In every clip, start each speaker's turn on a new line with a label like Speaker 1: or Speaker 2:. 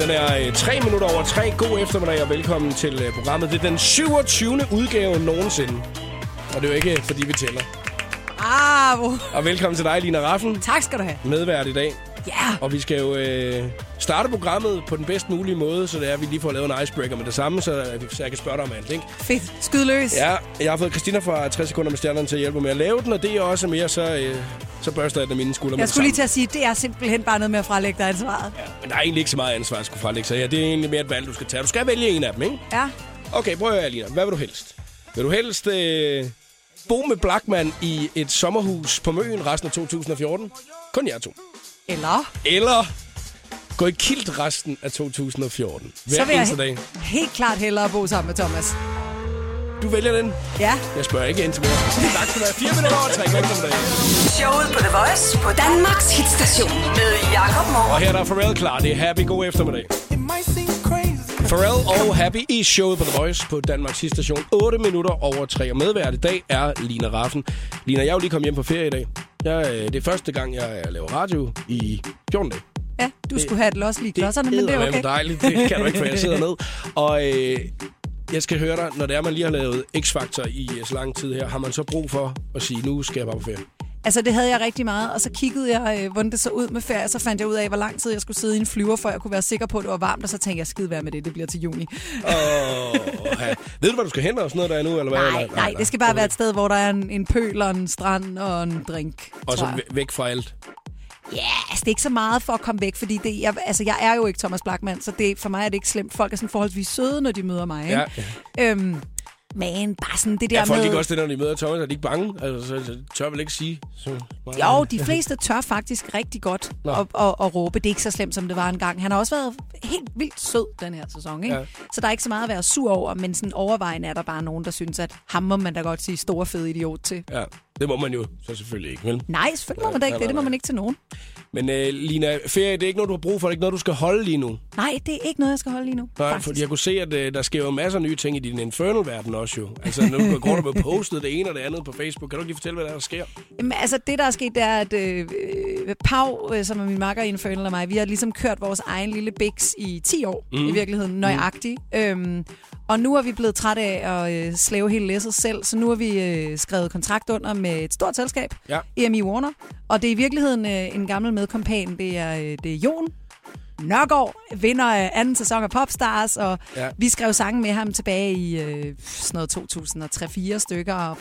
Speaker 1: Den er øh, tre minutter over tre. God eftermiddag og velkommen til øh, programmet. Det er den 27. udgave nogensinde. Og det er jo ikke, øh, fordi vi tæller.
Speaker 2: Bravo.
Speaker 1: Og velkommen til dig, Lina Raffen,
Speaker 2: Tak skal du have.
Speaker 1: medvært i dag.
Speaker 2: Ja.
Speaker 1: Og vi skal jo øh, starte programmet på den bedst mulige måde, så det er, at vi lige får lavet en icebreaker med det samme, så, øh, så jeg kan spørge dig om alt, ikke?
Speaker 2: Fedt. Skyd løs.
Speaker 1: Ja, jeg har fået Christina fra 60 sekunder med stjernerne til at hjælpe mig med at lave den, og det er også mere, så, øh, så børster jeg den af mine skuldre med
Speaker 2: Jeg
Speaker 1: det
Speaker 2: skulle lige
Speaker 1: samme.
Speaker 2: til at sige, det er simpelthen bare noget med at frelægge dig ansvaret.
Speaker 1: Men der er egentlig ikke så meget ansvar, at skulle frelægge sig. Ja, det er egentlig mere et valg, du skal tage. Du skal vælge en af dem, ikke?
Speaker 2: Ja.
Speaker 1: Okay, prøv at høre, Alina. Hvad vil du helst? Vil du helst øh, bo med Blackman i et sommerhus på Møen resten af 2014? Kun jer to.
Speaker 2: Eller
Speaker 1: Eller gå i kilt resten af 2014. Hver
Speaker 2: så vil jeg
Speaker 1: eneste dag.
Speaker 2: helt klart hellere bo sammen med Thomas.
Speaker 1: Du vælger den.
Speaker 2: Ja.
Speaker 1: Jeg spørger ikke ind til mere. Tak skal du have. Fire minutter over tre. God eftermiddag.
Speaker 3: Showet på The Voice på Danmarks hitstation med Jakob Morup.
Speaker 1: Og her er der Pharrell klar. Det er Happy. God eftermiddag.
Speaker 4: It might seem crazy.
Speaker 1: Pharrell og Happy i showet på The Voice på Danmarks station. 8 minutter over 3. Og medvært i dag er Lina Raffen. Lina, jeg er jo lige kommet hjem på ferie i dag. Jeg, øh, det er første gang, jeg laver radio i 14 dage.
Speaker 2: Ja, du skulle have et los lige i klodserne, men det er
Speaker 1: eddermame
Speaker 2: okay.
Speaker 1: dejligt. Det kan du ikke, for jeg sidder ned. Og øh, jeg skal høre dig, når det er, man lige har lavet X-Factor i øh, så lang tid her, har man så brug for at sige, nu skal jeg bare på ferie.
Speaker 2: Altså, det havde jeg rigtig meget, og så kiggede jeg, øh, hvordan det så ud med ferie, og så fandt jeg ud af, hvor lang tid jeg skulle sidde i en flyver, før jeg kunne være sikker på, at det var varmt, og så tænkte jeg, skide være med det, det bliver til juni.
Speaker 1: Åh, ja. Ved du, hvad du skal hente og sådan noget der endnu? Eller hvad?
Speaker 2: Nej, nej, det skal bare være et sted, hvor der er en, en pøl og en strand og en drink,
Speaker 1: Og så
Speaker 2: tror jeg.
Speaker 1: væ- væk fra alt.
Speaker 2: Ja, yeah, altså det er ikke så meget for at komme væk, fordi det, jeg, altså, jeg er jo ikke Thomas Blackman, så det, for mig er det ikke slemt. Folk er sådan forholdsvis søde, når de møder mig.
Speaker 1: Ja.
Speaker 2: Ikke? Øhm, men bare sådan det der
Speaker 1: Ja, folk
Speaker 2: med...
Speaker 1: ikke også det, når de møder Thomas, er de ikke bange? Altså, så, så tør vel ikke sige. Så,
Speaker 2: Jo, de fleste tør faktisk rigtig godt
Speaker 1: Nå.
Speaker 2: at, at, at råbe. Det er ikke så slemt, som det var engang. Han har også været helt vildt sød den her sæson, ikke?
Speaker 1: Ja.
Speaker 2: Ja. Så der er ikke så meget at være sur over, men sådan overvejende er der bare nogen, der synes, at ham må man da godt sige store fede idiot til.
Speaker 1: Ja, det må man jo så selvfølgelig ikke, vel?
Speaker 2: Nej, selvfølgelig må man da ikke
Speaker 1: nej,
Speaker 2: det. Det må
Speaker 1: nej.
Speaker 2: man ikke til nogen.
Speaker 1: Men øh, Lina, ferie, det er ikke noget, du har brug for. Det er ikke noget, du skal holde lige nu.
Speaker 2: Nej, det er ikke noget, jeg skal holde lige nu.
Speaker 1: Nej,
Speaker 2: faktisk.
Speaker 1: fordi jeg kunne se, at øh, der sker jo masser af nye ting i din Infernal-verden også jo. Altså, nu går du med postet det ene og det andet på Facebook. Kan du ikke lige fortælle, hvad der, er, der sker?
Speaker 2: Jamen, altså, det der er sket, det er, at øh, øh, Pau, øh, som er min makker i Infernal og mig, vi har ligesom kørt vores egen lille biks i 10 år, mm. i virkeligheden, nøjagtigt. Mm. Øhm, og nu er vi blevet træt af at øh, slæve hele læsset selv, så nu har vi øh, skrevet kontrakt under med et stort selskab,
Speaker 1: Ja.
Speaker 2: EMI Warner. Og det er i virkeligheden øh, en gammel medkompan, det er, øh, det er Jon, Nørgaard vinder øh, anden sæson af Popstars, og
Speaker 1: Ja.
Speaker 2: ja. vi skrev sange med ham tilbage i øh, sådan noget 2003-4 stykker. Og,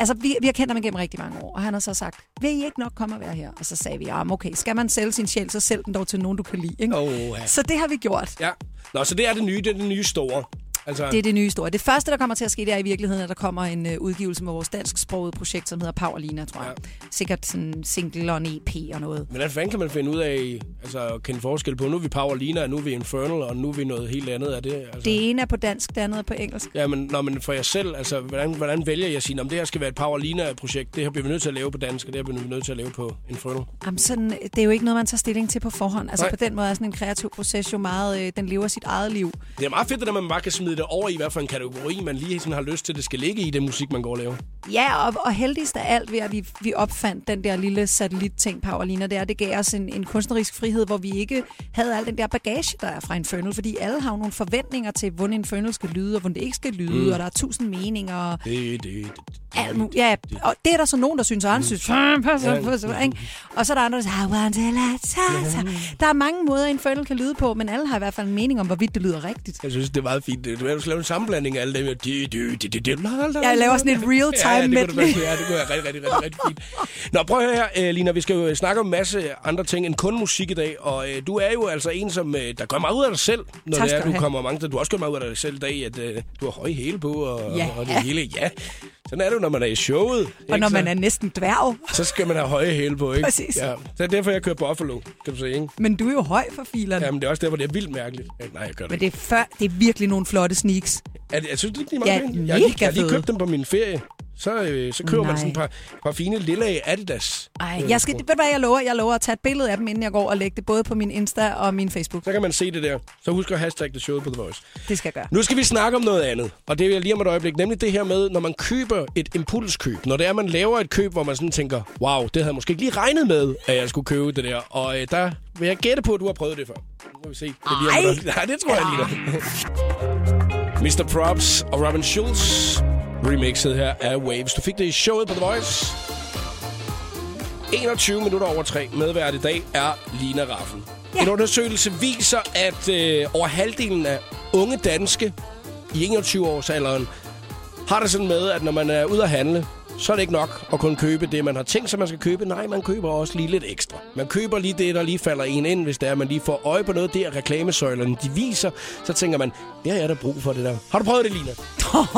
Speaker 2: altså, vi, vi har kendt ham igennem rigtig mange år, og han har så sagt, vil I ikke nok komme og være her? Og så sagde vi, jamen okay, skal man sælge sin sjæl, så sælg den dog til nogen, du kan lide. Ikke?
Speaker 1: Oha.
Speaker 2: Så det har vi gjort.
Speaker 1: Ja. Nå, så det er det nye, det er det nye store. Altså,
Speaker 2: Det
Speaker 1: det...
Speaker 2: er det nye store. Det første, der kommer til at ske, det er i virkeligheden, at der kommer en øh, udgivelse med vores dansksprogede projekt, som hedder Powerlina, tror jeg. Sikkert sådan en single og en EP og noget.
Speaker 1: hvordan fanden kan man finde ud af, altså, at kende forskel på, nu er vi Power Lina, og nu er vi Infernal, og nu er vi noget helt andet af det? Altså...
Speaker 2: Det ene er på dansk, det andet er på engelsk.
Speaker 1: Ja, men, nå, men for jer selv, altså, hvordan, hvordan vælger jeg at sige, om det her skal være et Power Lina-projekt, det her bliver vi nødt til at lave på dansk, og det her bliver vi nødt til at lave på Infernal?
Speaker 2: Jamen sådan, det er jo ikke noget, man tager stilling til på forhånd. Altså
Speaker 1: Nej.
Speaker 2: Nej. på den måde er sådan en kreativ proces jo meget, øh, den lever sit eget liv.
Speaker 1: Det er meget fedt, det der, med, at man bare kan smide det over i, hvad for en kategori, man lige sådan har lyst til, det skal ligge i, det musik, man går og laver.
Speaker 2: Ja, og, og heldigst af alt ved, at vi, vi opfandt den der lille satellitting, Paulina, der, det gav os en, en kunstnerisk frihed, hvor vi ikke havde al den der bagage, der er fra Infernal, fordi alle har jo nogle forventninger til, hvordan Infernal skal lyde, og hvordan det ikke skal lyde, mm. og der er tusind meninger, og
Speaker 1: Det, det, det, det.
Speaker 2: alt muligt. Ja, og det er der så nogen, der synes, og andre synes, "Ah, pas, pas, pas, pas," ikke? og så er der andre, der siger, "I want it like that." Så der er mange måder, Infernal kan lyde på, men alle har i hvert fald en mening om, hvorvidt det lyder rigtigt.
Speaker 1: Jeg synes, det er meget fint. Du er jo lave en sammenblanding af alle dem. Jeg
Speaker 2: Jeg laver sådan et real-time
Speaker 1: ja, ja, det kunne,
Speaker 2: medley.
Speaker 1: du- ja, det kunne være rigtig, rigtig, rigtig, rigtig fint. Nå, prøv at høre her, øh, Lina. Vi skal jo snakke om en masse andre ting end kun musik i dag. Og øh, du er jo altså en, som øh, der gør meget ud af dig selv, når
Speaker 2: Tak
Speaker 1: det er,
Speaker 2: skal
Speaker 1: du
Speaker 2: du have.
Speaker 1: kommer mange steder. Du har også gjort meget ud af dig selv i dag, at øh, du har høje hæle på og,
Speaker 2: Ja.
Speaker 1: og det hele. Ja, sådan er det jo, når man er i showet.
Speaker 2: Og
Speaker 1: ikke?
Speaker 2: når man
Speaker 1: Så-
Speaker 2: er næsten dværg,
Speaker 1: Så skal man have høje hæle på, ikke?
Speaker 2: Præcis.
Speaker 1: Ja. Så er derfor, jeg kører Buffalo, kan du se, ikke?
Speaker 2: men du er jo høj for filerne.
Speaker 1: Jamen, det er også der, hvor det er vildt mærkeligt. Øh, Nej, jeg gør det
Speaker 2: Men
Speaker 1: ikke.
Speaker 2: det er, før, det er virkelig nogle flotte sneaks.
Speaker 1: Er det, jeg synes, det ikke, de er meget
Speaker 2: Ja,
Speaker 1: pæne. Jeg, har lige-
Speaker 2: mega
Speaker 1: jeg har lige
Speaker 2: fede.
Speaker 1: købt dem på min ferie. Så, øh, så køber Nej. man
Speaker 2: Nej.
Speaker 1: sådan et par, par fine lille Adidas. øh,
Speaker 2: Ej, jeg skal, ved du hvad, jeg lover? Jeg lover at tage et billede af dem, inden jeg går og lægge det både på min Insta og min Facebook.
Speaker 1: Så kan man se det der. Så husk at hashtag det showet på The Voice.
Speaker 2: Det skal jeg gøre.
Speaker 1: Nu skal vi snakke om noget andet, og det er lige om et øjeblik, nemlig det her med, når man køber et impulskøb. Når det er, man laver et køb, hvor man sådan tænker, wow, det havde jeg måske ikke lige regnet med, at jeg skulle købe det der. Og øh, der vil jeg gætte på, at du har prøvet det før. må vi se. Det bliver Ej. Nej, det tror jeg lige Mr. Props og Robin Schulz remixet her af Waves. Du fik det i showet på The Voice. 21 minutter over 3. Medvært i dag er Lina Raffen. Ja. En undersøgelse viser, at øh, over halvdelen af unge danske i 21-årsalderen har det sådan med, at når man er ude at handle, så er det ikke nok at kun købe det, man har tænkt sig, man skal købe. Nej, man køber også lige lidt ekstra. Man køber lige det, der lige falder en ind, hvis det er, man lige får øje på noget der, reklamesøjlerne de viser. Så tænker man, det har jeg da brug for det der. Har du prøvet det, Lina?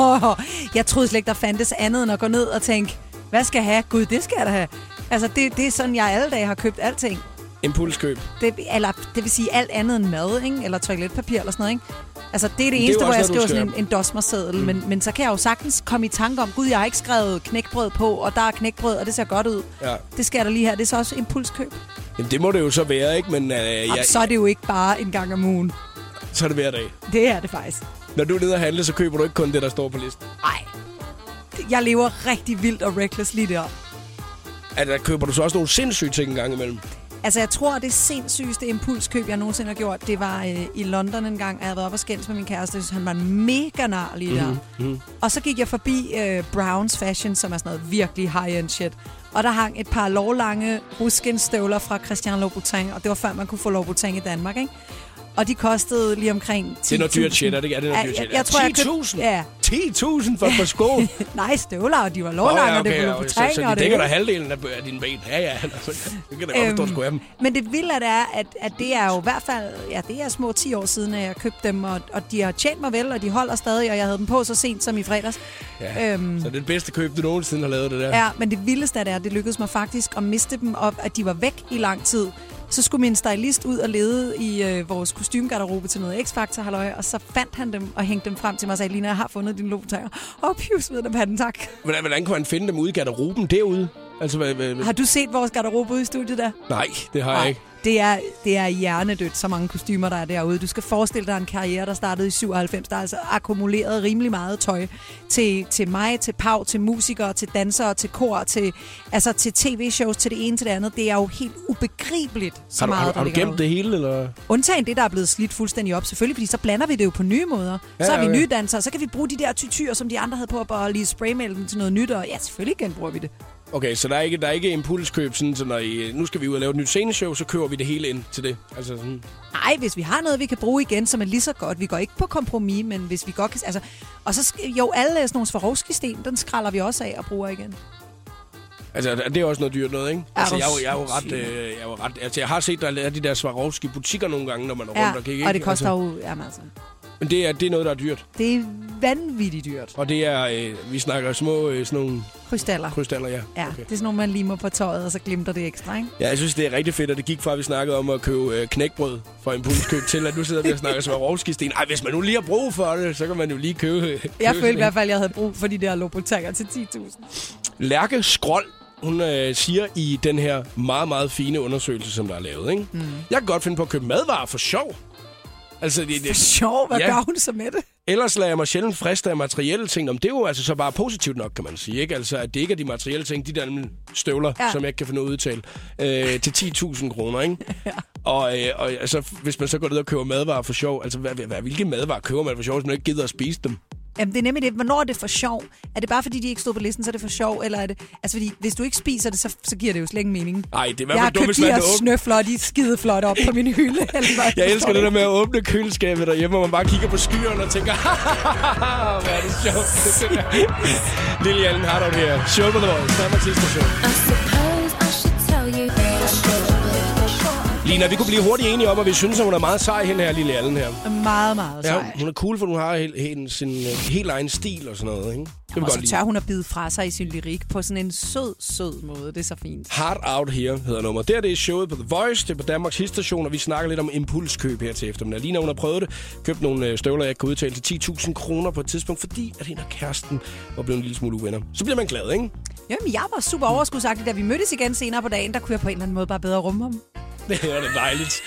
Speaker 2: jeg troede slet ikke, der fandtes andet end at gå ned og tænke, hvad skal jeg have? Gud, det skal jeg da have. Altså, det, det er sådan, jeg alle dage har købt alting.
Speaker 1: Impulskøb.
Speaker 2: Det, eller, det vil sige alt andet end mad, ikke? eller toiletpapir eller sådan noget. Ikke? Altså, det er det eneste,
Speaker 1: jo
Speaker 2: det hvor
Speaker 1: også noget,
Speaker 2: jeg skriver
Speaker 1: du
Speaker 2: sådan
Speaker 1: skal-
Speaker 2: en, en dosmerseddel. Mm. Men, men så kan jeg jo sagtens komme i tanke om, gud, jeg har ikke skrevet knækbrød på, og der er knækbrød, og det ser godt ud.
Speaker 1: Ja.
Speaker 2: Det skal jeg da lige her. Det er så også impulskøb.
Speaker 1: Jamen, det må det jo så være, ikke? Men øh,
Speaker 2: Og
Speaker 1: ja,
Speaker 2: så er det jo ikke bare en gang om ugen.
Speaker 1: så er det hver dag.
Speaker 2: Det er det faktisk.
Speaker 1: Når du er nede og handle, så køber du ikke kun det, der står på listen.
Speaker 2: Nej. Jeg lever rigtig vildt og reckless lige der.
Speaker 1: Altså, der køber du så også nogle sindssyge ting en gang imellem.
Speaker 2: Altså, jeg tror, det sindssygeste impulskøb, jeg nogensinde har gjort, det var øh, i London en gang, at jeg havde været op og skændes med min kæreste. Jeg synes, han var en mega nar lige der.
Speaker 1: Mhm,
Speaker 2: Mm-hmm. Og så gik jeg forbi øh, Browns Fashion, som er sådan noget virkelig high-end shit. Og der hang et par lovlange ruskinstøvler fra Christian Louboutin, og det var før, man kunne få Louboutin i Danmark, ikke? Og de kostede lige omkring 10.000.
Speaker 1: Det er noget dyrt shit, er det ikke? Er det noget
Speaker 2: Ja,
Speaker 1: dyrt
Speaker 2: jeg-
Speaker 1: shit?
Speaker 2: jeg tror, jeg købte-
Speaker 1: 10.000?
Speaker 2: ja.
Speaker 1: 10.000 for et par sko? Åh,
Speaker 2: Nej, støvler, og de var lovlange, og det var
Speaker 1: så,
Speaker 2: Louboutin,
Speaker 1: så
Speaker 2: og
Speaker 1: de
Speaker 2: det Øhm,
Speaker 1: dækker dig halvdelen af, af dine ben. Ja, ja, altså, det kan da godt forstå, at skulle have dem.
Speaker 2: men det vilde er, det er, at, at det er jo i hvert fald, ja, det er små 10 år siden, at jeg købte dem, og, og de har tjent mig vel, og de holder stadig, og jeg havde dem på så sent som i fredags.
Speaker 1: Ja. Øhm. Så det er det bedste køb, du nogensinde har lavet, det der.
Speaker 2: Ja, men det vildeste af det er, at det lykkedes mig faktisk at miste dem op, at de var væk i lang tid. Så skulle min stylist ud og lede i øh, vores kostymgarderobe til noget X-Factor, halløj, og så fandt han dem og hængte dem frem til mig og sagde, Lina, jeg har fundet dine lobetager. Og pjus, ved dem panden, tak.
Speaker 1: Hvordan, hvordan kunne han finde dem ude i garderoben derude? Altså, hvad, hvad,
Speaker 2: Har du set vores garderobe ude i studiet der?
Speaker 1: nej, det har jeg ikke.
Speaker 2: Det er, det er hjernedødt, så mange kostymer, der er derude. Du skal forestille dig en karriere, der startede i 97. Der er altså akkumuleret rimelig meget tøj til, til mig, til Pau, til musikere, til dansere, til kor, til, altså til tv-shows, til det ene, til det andet. Det er jo helt ubegribeligt, så
Speaker 1: Har du,
Speaker 2: meget,
Speaker 1: har, du-
Speaker 2: der
Speaker 1: har du
Speaker 2: ligger
Speaker 1: gemt
Speaker 2: derude.
Speaker 1: det hele, eller?
Speaker 2: Undtagen det, der er blevet slidt fuldstændig op, selvfølgelig, fordi så blander vi det jo på nye måder.
Speaker 1: Ja,
Speaker 2: Ja, så er
Speaker 1: ja,
Speaker 2: vi
Speaker 1: okay.
Speaker 2: nye dansere, så kan vi bruge de der tytyr, som de andre havde på, og bare lige spraymale dem til noget nyt, og ja, selvfølgelig genbruger vi det.
Speaker 1: Okay, så der er ikke, der er ikke impulskøb, sådan, så når I, nu skal vi ud og lave et nyt sceneshow, så køber vi det hele ind til det. Altså sådan,
Speaker 2: Nej, hvis vi har noget, vi kan bruge igen, som er lige så godt. Vi går ikke på kompromis, men hvis vi godt kan... Altså, og så sk- jo, alle sådan nogle Swarovski-sten, den skralder vi også af og bruger igen.
Speaker 1: altså, det er også noget dyrt noget, ikke? altså,
Speaker 2: du
Speaker 1: jeg, er jo- jeg, er jo ret,
Speaker 2: sindssyg, mand.
Speaker 1: øh, jeg er jo ret... Altså, jeg har set, der er de der Swarovski-butikker nogle gange, når man er rundt og kigger.
Speaker 2: og
Speaker 1: ikke?
Speaker 2: det koster
Speaker 1: altså,
Speaker 2: jo... Jamen, altså,
Speaker 1: Men det er, det er noget, der er dyrt.
Speaker 2: det er vanvittigt dyrt.
Speaker 1: Og det er, øh, vi snakker små øh, sådan nogle
Speaker 2: Krystaller.
Speaker 1: krystaller, ja.
Speaker 2: Ja, okay. det er sådan nogle, man limer på tøjet, og så glimter det ekstra, ikke?
Speaker 1: Ja, jeg synes, det er rigtig fedt, at det gik fra, at vi snakkede om at købe øh, knækbrød for impulskøb til, at nu sidder vi og snakker Swarovski-sten. Ej, hvis man nu lige har brug for det, så kan man jo lige købe... øh, købe
Speaker 2: Jeg
Speaker 1: sådan
Speaker 2: følte i
Speaker 1: en.
Speaker 2: hvert fald, at jeg havde brug for de der lobotager til 10.000.
Speaker 1: Lærke Skrold, hun øh, siger i den her meget, meget fine undersøgelse, som der er lavet, ikke? Mm. Jeg kan godt finde på at købe madvarer for sjov. Altså, det,
Speaker 2: Det er
Speaker 1: det,
Speaker 2: sjovt, hvad
Speaker 1: Ja.
Speaker 2: ja. gør hun så med det?
Speaker 1: ellers lader jeg mig sjældent friste af materielle ting. Om det er jo altså så bare positivt nok, kan man sige. Ikke? Altså, at det ikke er de materielle ting, de der mm, støvler, ja.
Speaker 2: Ja.
Speaker 1: som jeg ikke kan finde ud af at udtale, øh, til 10.000 kroner. Ikke? ja. og, øh, og altså, hvis man så går ned og køber madvarer for sjov, altså hvad, hvad, hvad, hvilke madvarer køber man for sjov, hvis man ikke gider at spise dem?
Speaker 2: Jamen, det er nemlig det. Hvornår er det for sjov? Er det bare, fordi de ikke stod på listen, så er det for sjov? Eller er det... Altså, fordi hvis du ikke spiser det, så, så giver det jo slet ingen mening.
Speaker 1: Ej, det er i hvert
Speaker 2: Jeg har
Speaker 1: fald dumt,
Speaker 2: købt
Speaker 1: hvis
Speaker 2: de
Speaker 1: man er
Speaker 2: her
Speaker 1: åben.
Speaker 2: snøfler, og de er skide flot op på min hylde. Eller hvad?
Speaker 1: Jeg
Speaker 2: forstår
Speaker 1: elsker det der med at åbne køleskabet derhjemme, og man bare kigger på skyerne og tænker, "Hahaha, hvor er det sjovt. Lille Jan Hardov her. Show på The Voice. Danmarks sidste show.
Speaker 5: I suppose I should tell you
Speaker 1: Lina, vi kunne blive hurtigt enige om, at vi synes, at hun er meget sej, hende her, Lille Allen her.
Speaker 2: Meget, meget sej.
Speaker 1: Ja, hun er cool, for hun har helt, helt, sin øh, helt egen stil og sådan noget, ikke? Det vil
Speaker 2: og
Speaker 1: godt
Speaker 2: så
Speaker 1: lide.
Speaker 2: tør hun at bide fra sig i sin lyrik på sådan en sød, sød måde. Det er så fint.
Speaker 1: Hard Out Here hedder nummer. Der det er showet på The Voice, det er på Danmarks Hitstation, og vi snakker lidt om impulskøb her til eftermiddag. Lina, hun har prøvet det. Købt nogle øh, støvler, jeg kan udtale til 10.000 kroner på et tidspunkt, fordi at hende og kæresten var blevet en lille smule uvenner. Så bliver man glad, ikke?
Speaker 2: Jamen, jeg var super overskudsagtig, da vi mødtes igen senere på dagen. Der kunne jeg på en eller anden måde bare bedre rumme ham.
Speaker 1: Det er det dejligt.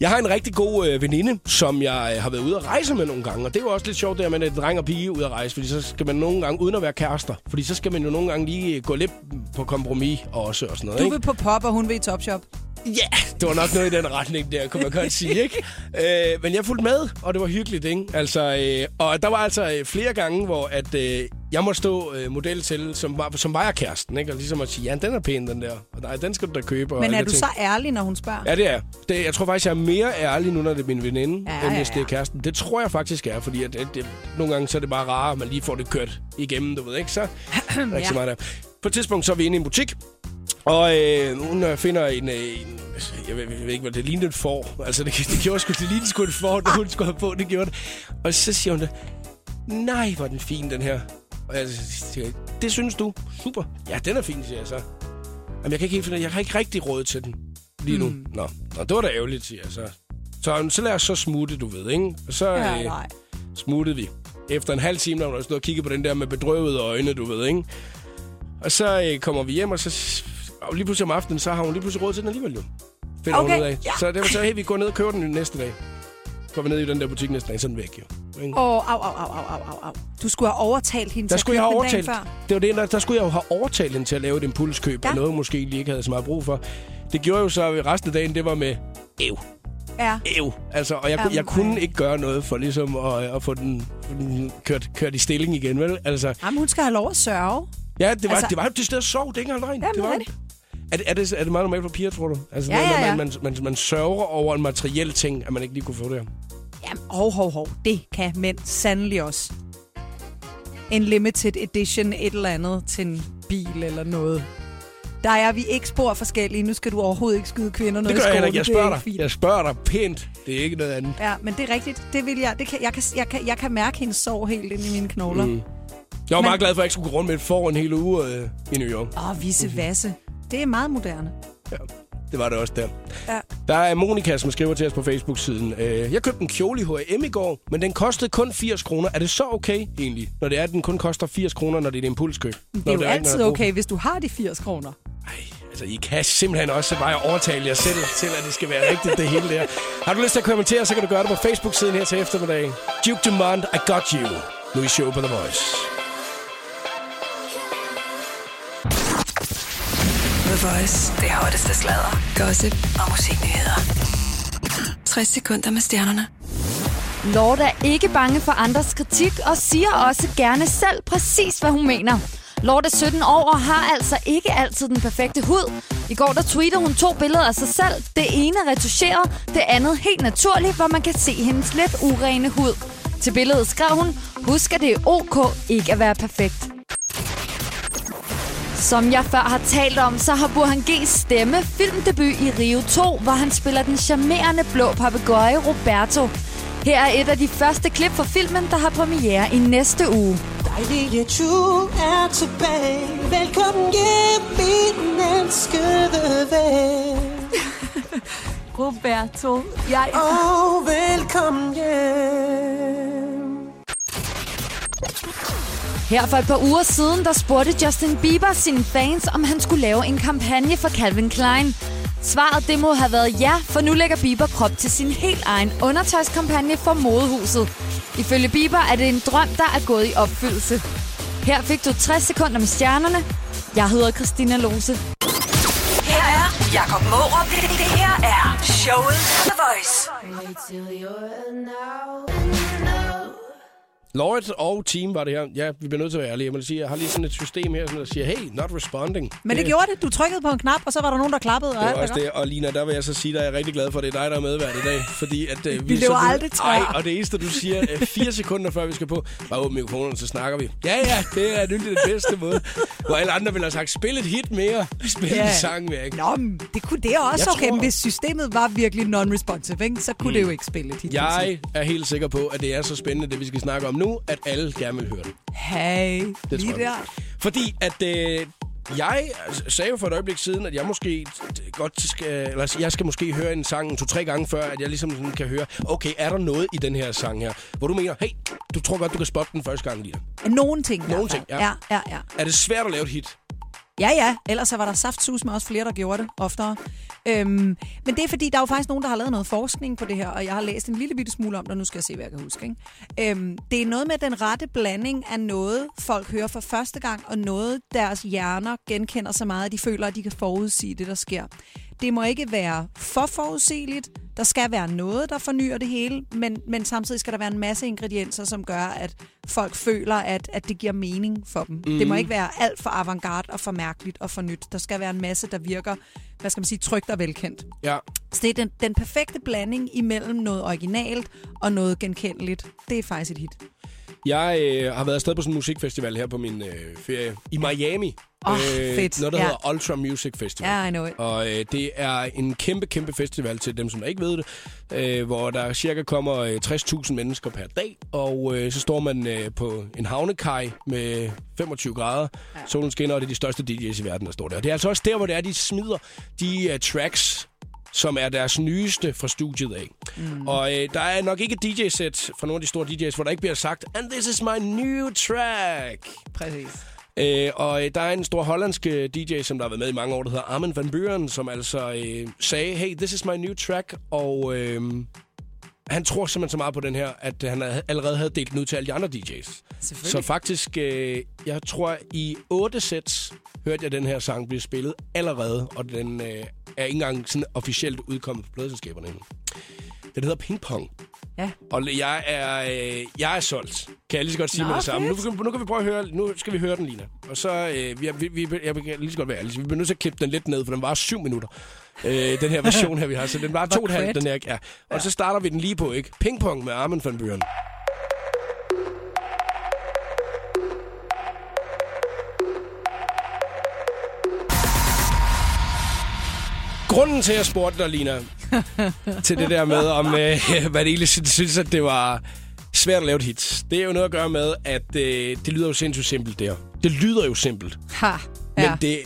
Speaker 1: Jeg har en rigtig god øh, veninde, som jeg øh, har været ude at rejse med nogle gange. Og det er jo også lidt sjovt, det her med at dreng og pige ude at rejse. Fordi så skal man nogle gange, uden at være kærester, fordi så skal man jo nogle gange lige øh, gå lidt på kompromis også og sådan noget.
Speaker 2: Du
Speaker 1: ikke?
Speaker 2: vil på pop, og hun vil i Topshop.
Speaker 1: Ja, yeah, det var nok noget i den retning der, kunne man godt sige, ikke? Øh, men jeg fulgte med, og det var hyggeligt, ikke? Altså, øh, og der var altså øh, flere gange, hvor at, øh, jeg måtte stå øh, model til, som var, som var jeg kæresten, ikke? Og ligesom at sige, ja, den er pæn, den der. Og nej, den skal du da købe. og
Speaker 2: Men
Speaker 1: alle
Speaker 2: er
Speaker 1: de
Speaker 2: du
Speaker 1: ting.
Speaker 2: så ærlig, når hun spørger?
Speaker 1: Ja, det er jeg. det, Jeg tror faktisk, jeg er mere ærlig nu, når det er min veninde, ja,
Speaker 2: Ja,
Speaker 1: end hvis
Speaker 2: ja,
Speaker 1: det er
Speaker 2: ja.
Speaker 1: kæresten. Det tror jeg faktisk jeg er, fordi at, at det, nogle gange så er det bare rarere, at man lige får det kørt igennem, du ved ikke? Så der er ikke så
Speaker 2: Ja.
Speaker 1: meget der. På et tidspunkt så er vi inde i en butik, og øh, hun øh, finder en, øh, en jeg, ved, jeg ved ikke, hvad det lignede et får. Altså, det, det gjorde sgu, det lignede sgu et får, da hun skulle have på, det gjorde det. Og så siger hun det, nej, hvor er den fin, den her. Og jeg siger, det synes du? Super. Ja, den er fin, siger jeg så. Jamen, jeg kan ikke helt finde, ud af- jeg har ikke rigtig råd til den lige
Speaker 2: Hmm.
Speaker 1: nu. Mm. Nå. Nå, det var da ærgerligt, siger jeg så. Så, jamen, så lad os så smutte, du ved, ikke? Og så
Speaker 2: Ja,
Speaker 1: øh,
Speaker 2: nej.
Speaker 1: smuttede vi. Efter en halv time, når hun havde stået og kigget på den der med bedrøvede øjne, du ved, ikke? Og så øh, kommer vi hjem, og så s- og lige pludselig om aftenen, så har hun lige pludselig råd til den alligevel, jo. Finder hun
Speaker 2: Okay,
Speaker 1: ud af.
Speaker 2: ja.
Speaker 1: Så det var så, hey, vi går ned og køber den næste dag. Går vi ned i den der butik næste dag, sådan væk, jo. Ikke?
Speaker 2: Åh, au, au, au, au, au, au, au. Du skulle have overtalt
Speaker 1: Der
Speaker 2: hende til at
Speaker 1: skulle jeg have
Speaker 2: købe den dagen
Speaker 1: overtalt, det var det, der, der skulle jeg jo have overtalt hende til at lave et impulskøb, ja.
Speaker 2: Ja.
Speaker 1: og noget, hun måske lige ikke havde så meget brug for. Det gjorde jo så, at resten af dagen, det var med æv,
Speaker 2: før. Ja.
Speaker 1: æv. Altså, og jeg,
Speaker 2: Jamen,
Speaker 1: jeg kunne
Speaker 2: ej.
Speaker 1: ikke gøre noget for ligesom at, at få den, få den kørt, kørt i stilling igen, vel? Altså,
Speaker 2: Jamen, hun skal have lov at sørge.
Speaker 1: ja, det var, altså,
Speaker 2: Altså-
Speaker 1: det var jo det sted at sove, det er ikke engang løgn.
Speaker 2: Jamen,
Speaker 1: det var,
Speaker 2: det er
Speaker 1: Er, det, er, det, er det meget normalt for piger, tror du? Altså,
Speaker 2: Ja,
Speaker 1: det er,
Speaker 2: ja,
Speaker 1: når Man, man, man, man sørger over en materiel ting, at man ikke lige kunne få det her.
Speaker 2: Jamen, hov, hov, hov. Det kan mænd sandelig også. En limited edition, et eller andet til en bil eller noget. Der er vi ikke spor forskellige. Nu skal du overhovedet ikke skyde kvinder noget
Speaker 1: Det gør
Speaker 2: i
Speaker 1: jeg
Speaker 2: skolen.
Speaker 1: heller ikke. Jeg spørger dig.
Speaker 2: fint.
Speaker 1: Jeg spørger dig pænt. Det er ikke noget andet.
Speaker 2: Ja, men det er rigtigt. Det vil jeg. Det kan, jeg, kan, jeg, kan, jeg kan mærke hendes sorg helt ind i mine knogler. Mm.
Speaker 1: Jeg var
Speaker 2: Men-
Speaker 1: meget glad for, at jeg ikke skulle gå rundt med et får en hel uge øh, i New York.
Speaker 2: Åh, visse vasse. Det er meget moderne.
Speaker 1: Ja, det var det også der.
Speaker 2: Ja.
Speaker 1: Der er Monika, som skriver til os på Facebook-siden. Øh, jeg købte en kjole i H&M i går, men den kostede kun 80 kroner. Er det så okay egentlig, når det er, at den kun koster 80 kroner, når det er et impulskøb?
Speaker 2: Det er jo altid okay, hvis du har de 80 kroner.
Speaker 1: Ej, altså, I kan simpelthen også bare overtale jer selv til, at det skal være rigtigt, det hele der. Har du lyst til at kommentere, så kan du gøre det på Facebook-siden her til eftermiddag. Duke Dumont, I got you. Nu i show på The Voice.
Speaker 3: The Voice. Det hotteste sladder, gossip og musiknyheder. 60 sekunder med stjernerne.
Speaker 6: Lorde er ikke bange for andres kritik og siger også gerne selv præcis, hvad hun mener. Lorde 17 år og har altså ikke altid den perfekte hud. I går der tweetede hun to billeder af sig selv. Det ene retuscheret, det andet helt naturligt, hvor man kan se hendes lidt urene hud. Til billedet skrev hun, husk at det er ok ikke at være perfekt. Som jeg før har talt om, så har Burhan G's stemme filmdebut i Rio 2, hvor han spiller den charmerende blå papegøje Roberto. Her er et af de første klip fra filmen, der har premiere i næste uge.
Speaker 4: Dejlige du er tilbage Velkommen hjem, min elskede ven
Speaker 6: Roberto, jeg...
Speaker 4: Og velkommen hjem
Speaker 6: Her for et par uger siden, der spurgte Justin Bieber sine fans, om han skulle lave en kampagne for Calvin Klein. Svaret det må have været ja, for nu lægger Bieber krop til sin helt egen undertøjskampagne for modehuset. Ifølge Bieber er det en drøm, der er gået i opfyldelse. Her fik du 60 sekunder med stjernerne. Jeg hedder Christina Lose.
Speaker 3: Her er Jakob Morup. Det, det her er showet på The Voice.
Speaker 1: Lloyd og team var det her. Ja, vi bliver nødt til at være ærlige. Jeg må sige, jeg har lige sådan et system her, sådan, der siger, hey, not responding. Øh,
Speaker 2: Men det gjorde det. Du trykkede på en knap, og så var der nogen, der klappede. og
Speaker 1: Det
Speaker 2: alt
Speaker 1: var
Speaker 2: var
Speaker 1: også
Speaker 2: godt.
Speaker 1: det. Og Lina, der vil jeg så sige dig, at jeg er rigtig glad for, at det er dig, der er medvært i dag. Fordi at, øh,
Speaker 2: Vi løber
Speaker 1: sådan-
Speaker 2: aldrig tør.
Speaker 1: Ej, og det eneste, du siger, øh, fire sekunder før vi skal på, bare åbne mikrofonerne, så snakker vi. Ja, ja, det er nemlig den bedste måde. Hvor alle andre ville have sagt, spil et hit mere, spil yeah. en
Speaker 2: Ja.
Speaker 1: sang mere. Ikke?
Speaker 2: Nå, men det kunne det er også
Speaker 1: Jeg
Speaker 2: okay,
Speaker 1: tror-
Speaker 2: men hvis systemet var virkelig non-responsive, ikke, så kunne mm. det jo ikke spille dit musik.
Speaker 1: Jeg er helt sikker på, at det er så spændende, det vi skal snakke om nu, at alle gerne vil høre det.
Speaker 2: Hey,
Speaker 1: Det
Speaker 2: lige
Speaker 1: tror jeg.
Speaker 2: der.
Speaker 1: Fordi at øh, jeg sagde jo for et øjeblik siden, at jeg måske t- godt skal, eller altså, jeg skal måske høre en sang en to-tre gange før, at jeg ligesom sådan kan høre, okay, er der noget i den her sang her, hvor du mener, hey, du tror godt, du kan spotte den første gang lige.
Speaker 2: Nogle ting. i
Speaker 1: Nogle
Speaker 2: hvert fald.
Speaker 1: ting, ja.
Speaker 2: Ja, ja, ja.
Speaker 1: Er det svært at lave et hit?
Speaker 2: Ja, ja. Ellers så var der saftsus med også flere, der gjorde det oftere. Øhm, men det er fordi, der er jo faktisk nogen, der har lavet noget forskning på det her, og jeg har læst en lille bitte smule om det, og nu skal jeg se, hvad jeg kan huske. Ikke? Øhm, det er noget med den rette blanding af noget, folk hører for første gang, og noget, deres hjerner genkender så meget, at de føler, at de kan forudsige det, der sker. Det må ikke være for forudsigeligt. Der skal være noget, der fornyer det hele, men, men samtidig skal der være en masse ingredienser, som gør, at folk føler, at, at det giver mening for dem. Mm. Det må ikke være alt for avantgarde og for mærkeligt og for nyt. Der skal være en masse, der virker, hvad skal man sige, trygt og velkendt.
Speaker 1: Ja.
Speaker 2: Så det er den, den perfekte blanding imellem noget originalt og noget genkendeligt. Det er faktisk et hit.
Speaker 1: Jeg øh, har været afsted på sådan en musikfestival her på min øh, ferie i Miami. Øh,
Speaker 2: Åh, fedt.
Speaker 1: Noget, der
Speaker 2: Ja.
Speaker 1: hedder Ultra Music Festival.
Speaker 2: Ja, I know it.
Speaker 1: Og øh, det er en kæmpe, kæmpe festival til dem, som ikke ved det, øh, hvor der cirka kommer øh, 60.000 mennesker per dag, og øh, så står man øh, på en havnekaj med 25 grader, ja. solen skinner, og det er de største DJ's i verden, der står der. Og det er altså også der, hvor det er, de smider de øh, tracks, som er deres nyeste fra studiet af. Mm. Og øh, der er nok ikke et DJ-sæt fra nogle af de store DJ's, hvor der ikke bliver sagt, and this is my new track.
Speaker 2: Præcis.
Speaker 1: Øh, og øh, der er en stor hollandsk øh, DJ, som der har været med i mange år, der hedder Armin van Buren, som altså øh, sagde, hey, this is my new track, og øh, han tror simpelthen så meget på den her, at han havde- allerede havde delt den ud til alle de andre DJ's. Så
Speaker 2: Selvfølgelig. Så...
Speaker 1: faktisk, øh, jeg tror, i otte sæt hørte jeg den her sang blive spillet allerede, og den øh, er ikke engang sådan officielt udkommet på pladeselskaberne endnu. Den hedder Ping Pong.
Speaker 2: Ja.
Speaker 1: Og jeg er, øh, jeg er solgt, kan jeg lige så godt sige
Speaker 2: Nå,
Speaker 1: med det samme. Nu,
Speaker 2: fedt.
Speaker 1: kan- nu kan vi prøve at høre, nu skal vi høre den, Lina. Og så, øh, vi, vi, vi, jeg kan lige så godt være ærlig, så vi bliver nødt til at klippe den lidt ned, for den var syv minutter. Øh, den her version her, vi har. Så den var to og et halvt,
Speaker 2: cred.
Speaker 1: den her. Ja. Og så starter vi den lige på, ikke? Ping Pong med Armin van Buren. Grunden til, at jeg spurgte dig, Lina, til det der med, om øh, hvad det egentlig sy- synes, at det var svært at lave et hit. Det er jo noget at gøre med, at øh, det lyder jo sindssygt simpelt der. Det lyder jo simpelt,
Speaker 2: Ha.
Speaker 1: ja.
Speaker 2: Ja.
Speaker 1: men det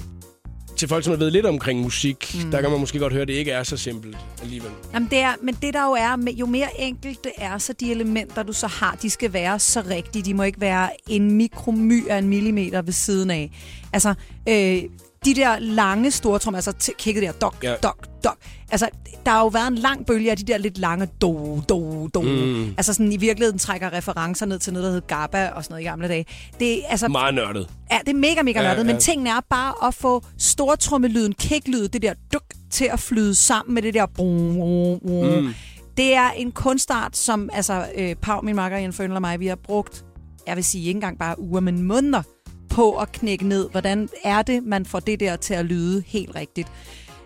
Speaker 1: til folk, som har ved lidt omkring musik, mm. der kan man måske godt høre, at det ikke er så simpelt alligevel.
Speaker 2: Jamen, det er, men det der jo er, med- jo mere enkelt det er, så de elementer, du så har, de skal være så rigtige. De må ikke være en mikromy af en millimeter ved siden af. Altså, øh, de der lange store trommer, altså t- kigget der, dok,
Speaker 1: Ja.
Speaker 2: ja. dok, dok. Altså, der har jo været en lang bølge af de der lidt lange do, do, do. Mm. Altså sådan, i virkeligheden trækker referencer ned til noget, der hed GABA og sådan noget i gamle dage. Det, er altså,
Speaker 1: Meget nørdet.
Speaker 2: Ja, det er mega, mega
Speaker 1: Ja,
Speaker 2: ja, nørdet, ja.
Speaker 1: ja.
Speaker 2: men tingene er bare at få stortrommelyden, kicklyden, det der duk, til at flyde sammen med det der brum, brum, brum. Mm. Det er en kunstart, som altså, øh, Pau, min makker, Jan Fønel og mig, vi har brugt, jeg vil sige ikke engang bare uger, men måneder på at knække ned. Hvordan er det, man får det der til at lyde helt rigtigt?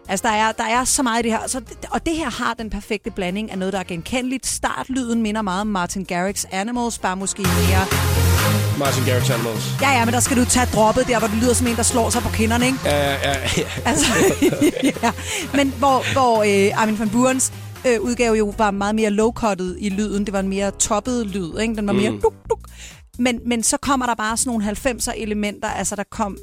Speaker 2: Altså, der er, der er så meget i det her. Så, og det her har den perfekte blanding af noget, der er genkendeligt. Startlyden minder meget om Martin Garrix' Animals, bare måske mere
Speaker 1: Martin Garrix Animals.
Speaker 2: Ja, ja, men der skal du tage droppet der, hvor det lyder som en, der slår sig på kinderne, ikke?
Speaker 1: Ja, ja, ja.
Speaker 2: Altså, ja. Men hvor, hvor øh, Armin van Burens øh, udgave jo var meget mere low-cuttet i lyden. Det var en mere toppet lyd, ikke? Den var
Speaker 1: Mm.
Speaker 2: mere duk, duk. Men, men så kommer der bare sådan nogle 90'er elementer. Altså, der kom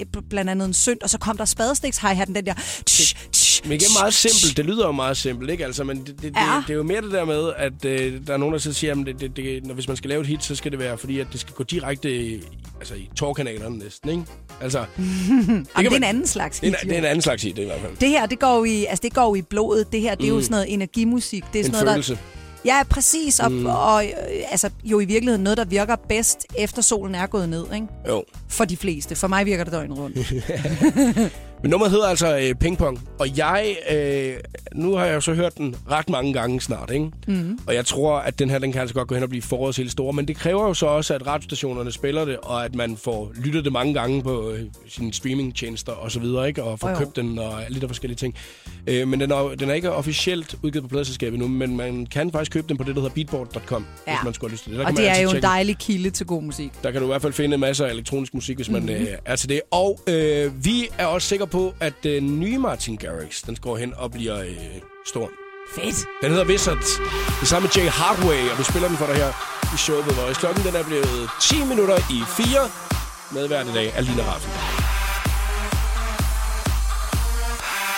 Speaker 2: øh, blandt andet en synd, og så kom der spadestiks hi den der... Tsh, tsh,
Speaker 1: Men igen, meget simpelt. Det lyder jo meget simpelt, ikke? Altså, men det, det, det,
Speaker 2: Ja.
Speaker 1: det er jo mere det der med, at øh, der er nogen, der så siger, at det, det, det, når, hvis man skal lave et hit, så skal det være, fordi at det skal gå direkte i, altså, i torkanalerne næsten, ikke? Altså, det,
Speaker 2: Jamen, det er
Speaker 1: man-
Speaker 2: en anden slags
Speaker 1: det,
Speaker 2: hit,
Speaker 1: er, en- det er en anden slags hit, i hvert fald.
Speaker 2: Det her, det går jo i, altså det går jo i blodet. Det her, det er jo sådan noget energimusik. Det er
Speaker 1: Mm. En
Speaker 2: sådan noget,
Speaker 1: følelse.
Speaker 2: Der, ja, præcis. Og, mm. og, øh, altså, jo i virkeligheden noget, der virker bedst, efter solen er gået ned, ikke?
Speaker 1: Jo.
Speaker 2: For de fleste. For mig virker det døgnet rundt.
Speaker 1: Men nummeret hedder altså øh, Ping Pong, og jeg, øh, nu har jeg jo så hørt den ret mange gange snart, ikke?
Speaker 2: Mhm.
Speaker 1: Mm. Og jeg tror, at den her, den kan altså godt gå hen og blive forårets helt store, men det kræver jo så også, at radiostationerne spiller det, og at man får lyttet det mange gange på øh, sine streamingtjenester og så videre, ikke? Og får
Speaker 2: Jo, jo.
Speaker 1: købt den og alle de der forskellige ting. Øh, men den er, jo- den er ikke officielt udgivet på pladeselskabet endnu, men man kan faktisk købe den på det, der hedder beatport.com, ja.
Speaker 2: Ja.
Speaker 1: hvis man skulle have lyst til det. Der kan
Speaker 2: og
Speaker 1: man
Speaker 2: det er
Speaker 1: altid
Speaker 2: jo en
Speaker 1: tjekke-
Speaker 2: dejlig kilde til god musik.
Speaker 1: der kan du i hvert fald finde masser af elektronisk musik, hvis man mm-hmm. øh, er til det. Og øh, vi er også sikre på, at den øh, nye Martin Garrix, den går hen og bliver øh, stor.
Speaker 2: Fedt.
Speaker 1: Den hedder Wizard. Det samme med Jay Hardway, og du spiller den for dig her i showet ved Voice. Klokken den er blevet 10 minutter i 4. Medvært i dag er Lina Raffen.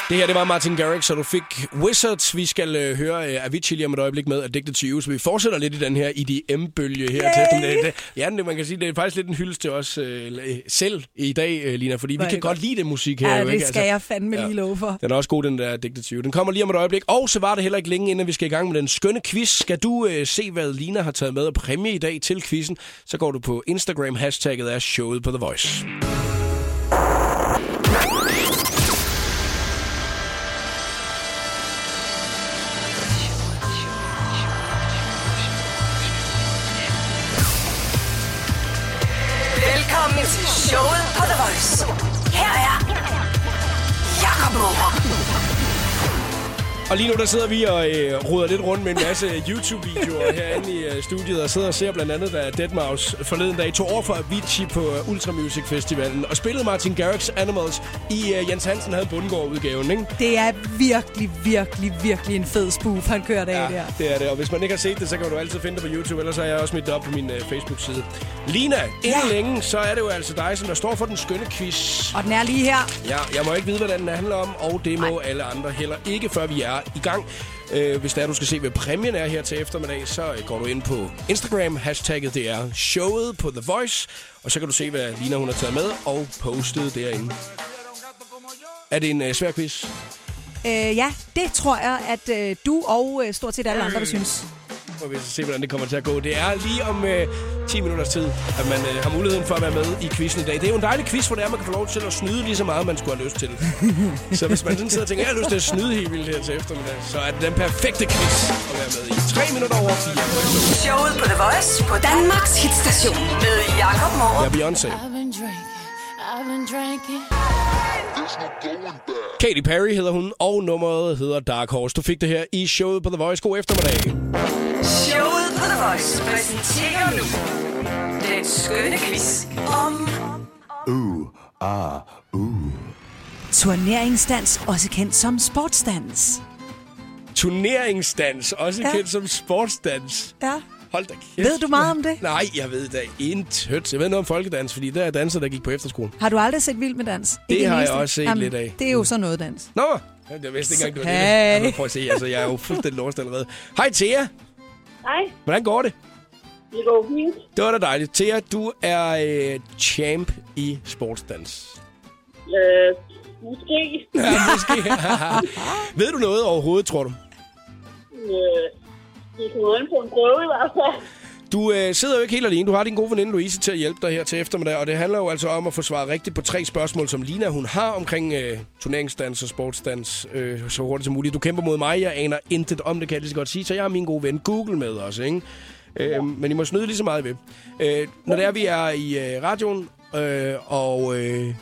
Speaker 1: Det her, det var Martin Garrix, så du fik Wizards. Vi skal øh, høre øh, Avicii lige om et øjeblik med Addicted to You, så vi fortsætter lidt i den her IDM-bølge her. Til eftermiddag. Det- Ja, det, man kan sige, det er faktisk lidt en hyldest til os øh, selv i dag, øh, Lina, fordi vi
Speaker 2: er
Speaker 1: kan
Speaker 2: det
Speaker 1: godt lide det musik her.
Speaker 2: Ja,
Speaker 1: jo,
Speaker 2: det
Speaker 1: ikke? altså.
Speaker 2: skal jeg fandme lige love for.
Speaker 1: Den er også god, den der Addicted to You. Den kommer lige om et øjeblik. Og så var det heller ikke længe, inden vi skal i gang med den skønne quiz. Skal du øh, se, hvad Lina har taget med og præmie i dag til quizzen, så går du på Instagram. Hashtagget er showet på The Voice.
Speaker 3: Velkommen til showet på The Voice. Her er Jakob Morup.
Speaker 1: Og lige nu der sidder vi og øh, ruder lidt rundt med en masse YouTube-videoer herinde i øh, studiet, og sidder og ser blandt andet, da Deadmau5 forleden dag tog over for Avicii på øh, Ultra Music Festivalen, og spillede Martin Garrix' Animals i øh, Jens Hansen havde Bundgaard-udgaven, ikke?
Speaker 2: Det er virkelig, virkelig, virkelig en fed spoof, han kører af der.
Speaker 1: det er det. Og hvis man ikke har set det, så kan du altid finde det på YouTube, ellers har jeg også smidt det op på min øh, Facebook-side. Lina, inden ja. længe, så er det jo altså dig, som der står for den skønne quiz.
Speaker 2: Og den er lige her.
Speaker 1: Ja, jeg må ikke vide, hvad den handler om, og det må alle andre heller ikke, før vi er i gang. Øh, hvis der du skal se, hvad præmien er her til eftermiddag, så øh, går du ind på Instagram. Hashtagget det er showet på The Voice. Og så kan du se, hvad Lina hun har taget med og postet derinde. Er det en øh, svær quiz?
Speaker 2: Øh, ja, det tror jeg, at øh, du og øh, stort set alle andre vil synes.
Speaker 1: Må vi så se, hvordan det kommer til at gå. Det er lige om øh, 10 minutters tid, at man øh, har muligheden for at være med i quizzen i dag. Det er jo en dejlig quiz, hvor det er, man kan få lov til at snyde lige så meget, man skulle have lyst til. så hvis man sådan sidder og tænker, jeg har lyst til at snyde helt vildt her til eftermiddag, så er det den perfekte quiz at være med i. 3 minutter over 4.
Speaker 3: Showet på The Voice på Danmarks hitstation med Jakob Morup.
Speaker 1: Jeg er Beyoncé.
Speaker 5: I've been drinking, I've been drinking.
Speaker 1: Katy Perry hedder hun, og nummeret hedder Dark Horse. Du fik det her i showet på The Voice. God eftermiddag.
Speaker 3: Showet på The Voice præsenterer nu den skønne quiz om
Speaker 2: Turneringsdans, også kendt som sportsdans.
Speaker 1: Turneringsdans, også
Speaker 2: Ja.
Speaker 1: kendt som sportsdans.
Speaker 2: Ja.
Speaker 1: Hold da kæft.
Speaker 2: Ved du meget om det?
Speaker 1: Nej, jeg ved da intet. Jeg ved noget om folkedans, fordi der er danser, der gik på efterskolen.
Speaker 2: Har du aldrig set Vild med Dans?
Speaker 1: Det
Speaker 2: en
Speaker 1: har jeg
Speaker 2: eneste?
Speaker 1: også set lidt af. Mm.
Speaker 2: Det er jo sådan noget dans.
Speaker 1: Nå, jeg vidste ikke engang, det var
Speaker 2: Hey.
Speaker 1: det. Jamen, prøv at se, altså, jeg er jo fuldstændig lost allerede. Hej, Thea.
Speaker 7: Hej,
Speaker 1: Hvordan går det?
Speaker 7: det går fint.
Speaker 1: Det var da dejligt. Thea, du er øh, champ i sportsdans.
Speaker 7: Øh, måske.
Speaker 1: Ja, måske. Ved du noget overhovedet, tror du?
Speaker 7: Øh, det kommer an på en prøve i hvert fald.
Speaker 1: Du øh, sidder jo ikke helt alene. Du har din gode veninde Louise til at hjælpe dig her til eftermiddag, og det handler jo altså om at få svaret rigtigt på tre spørgsmål, som Lina hun har omkring øh, turneringsdans og sportsdans øh, så hurtigt som muligt. Du kæmper mod mig, jeg aner intet om det, kan jeg lige så godt sige, så jeg har min gode ven Google med os, ikke? Øh, Men I må snyde lige så meget ved. Øh, når det er, vi er i øh, radioen øh, og øh,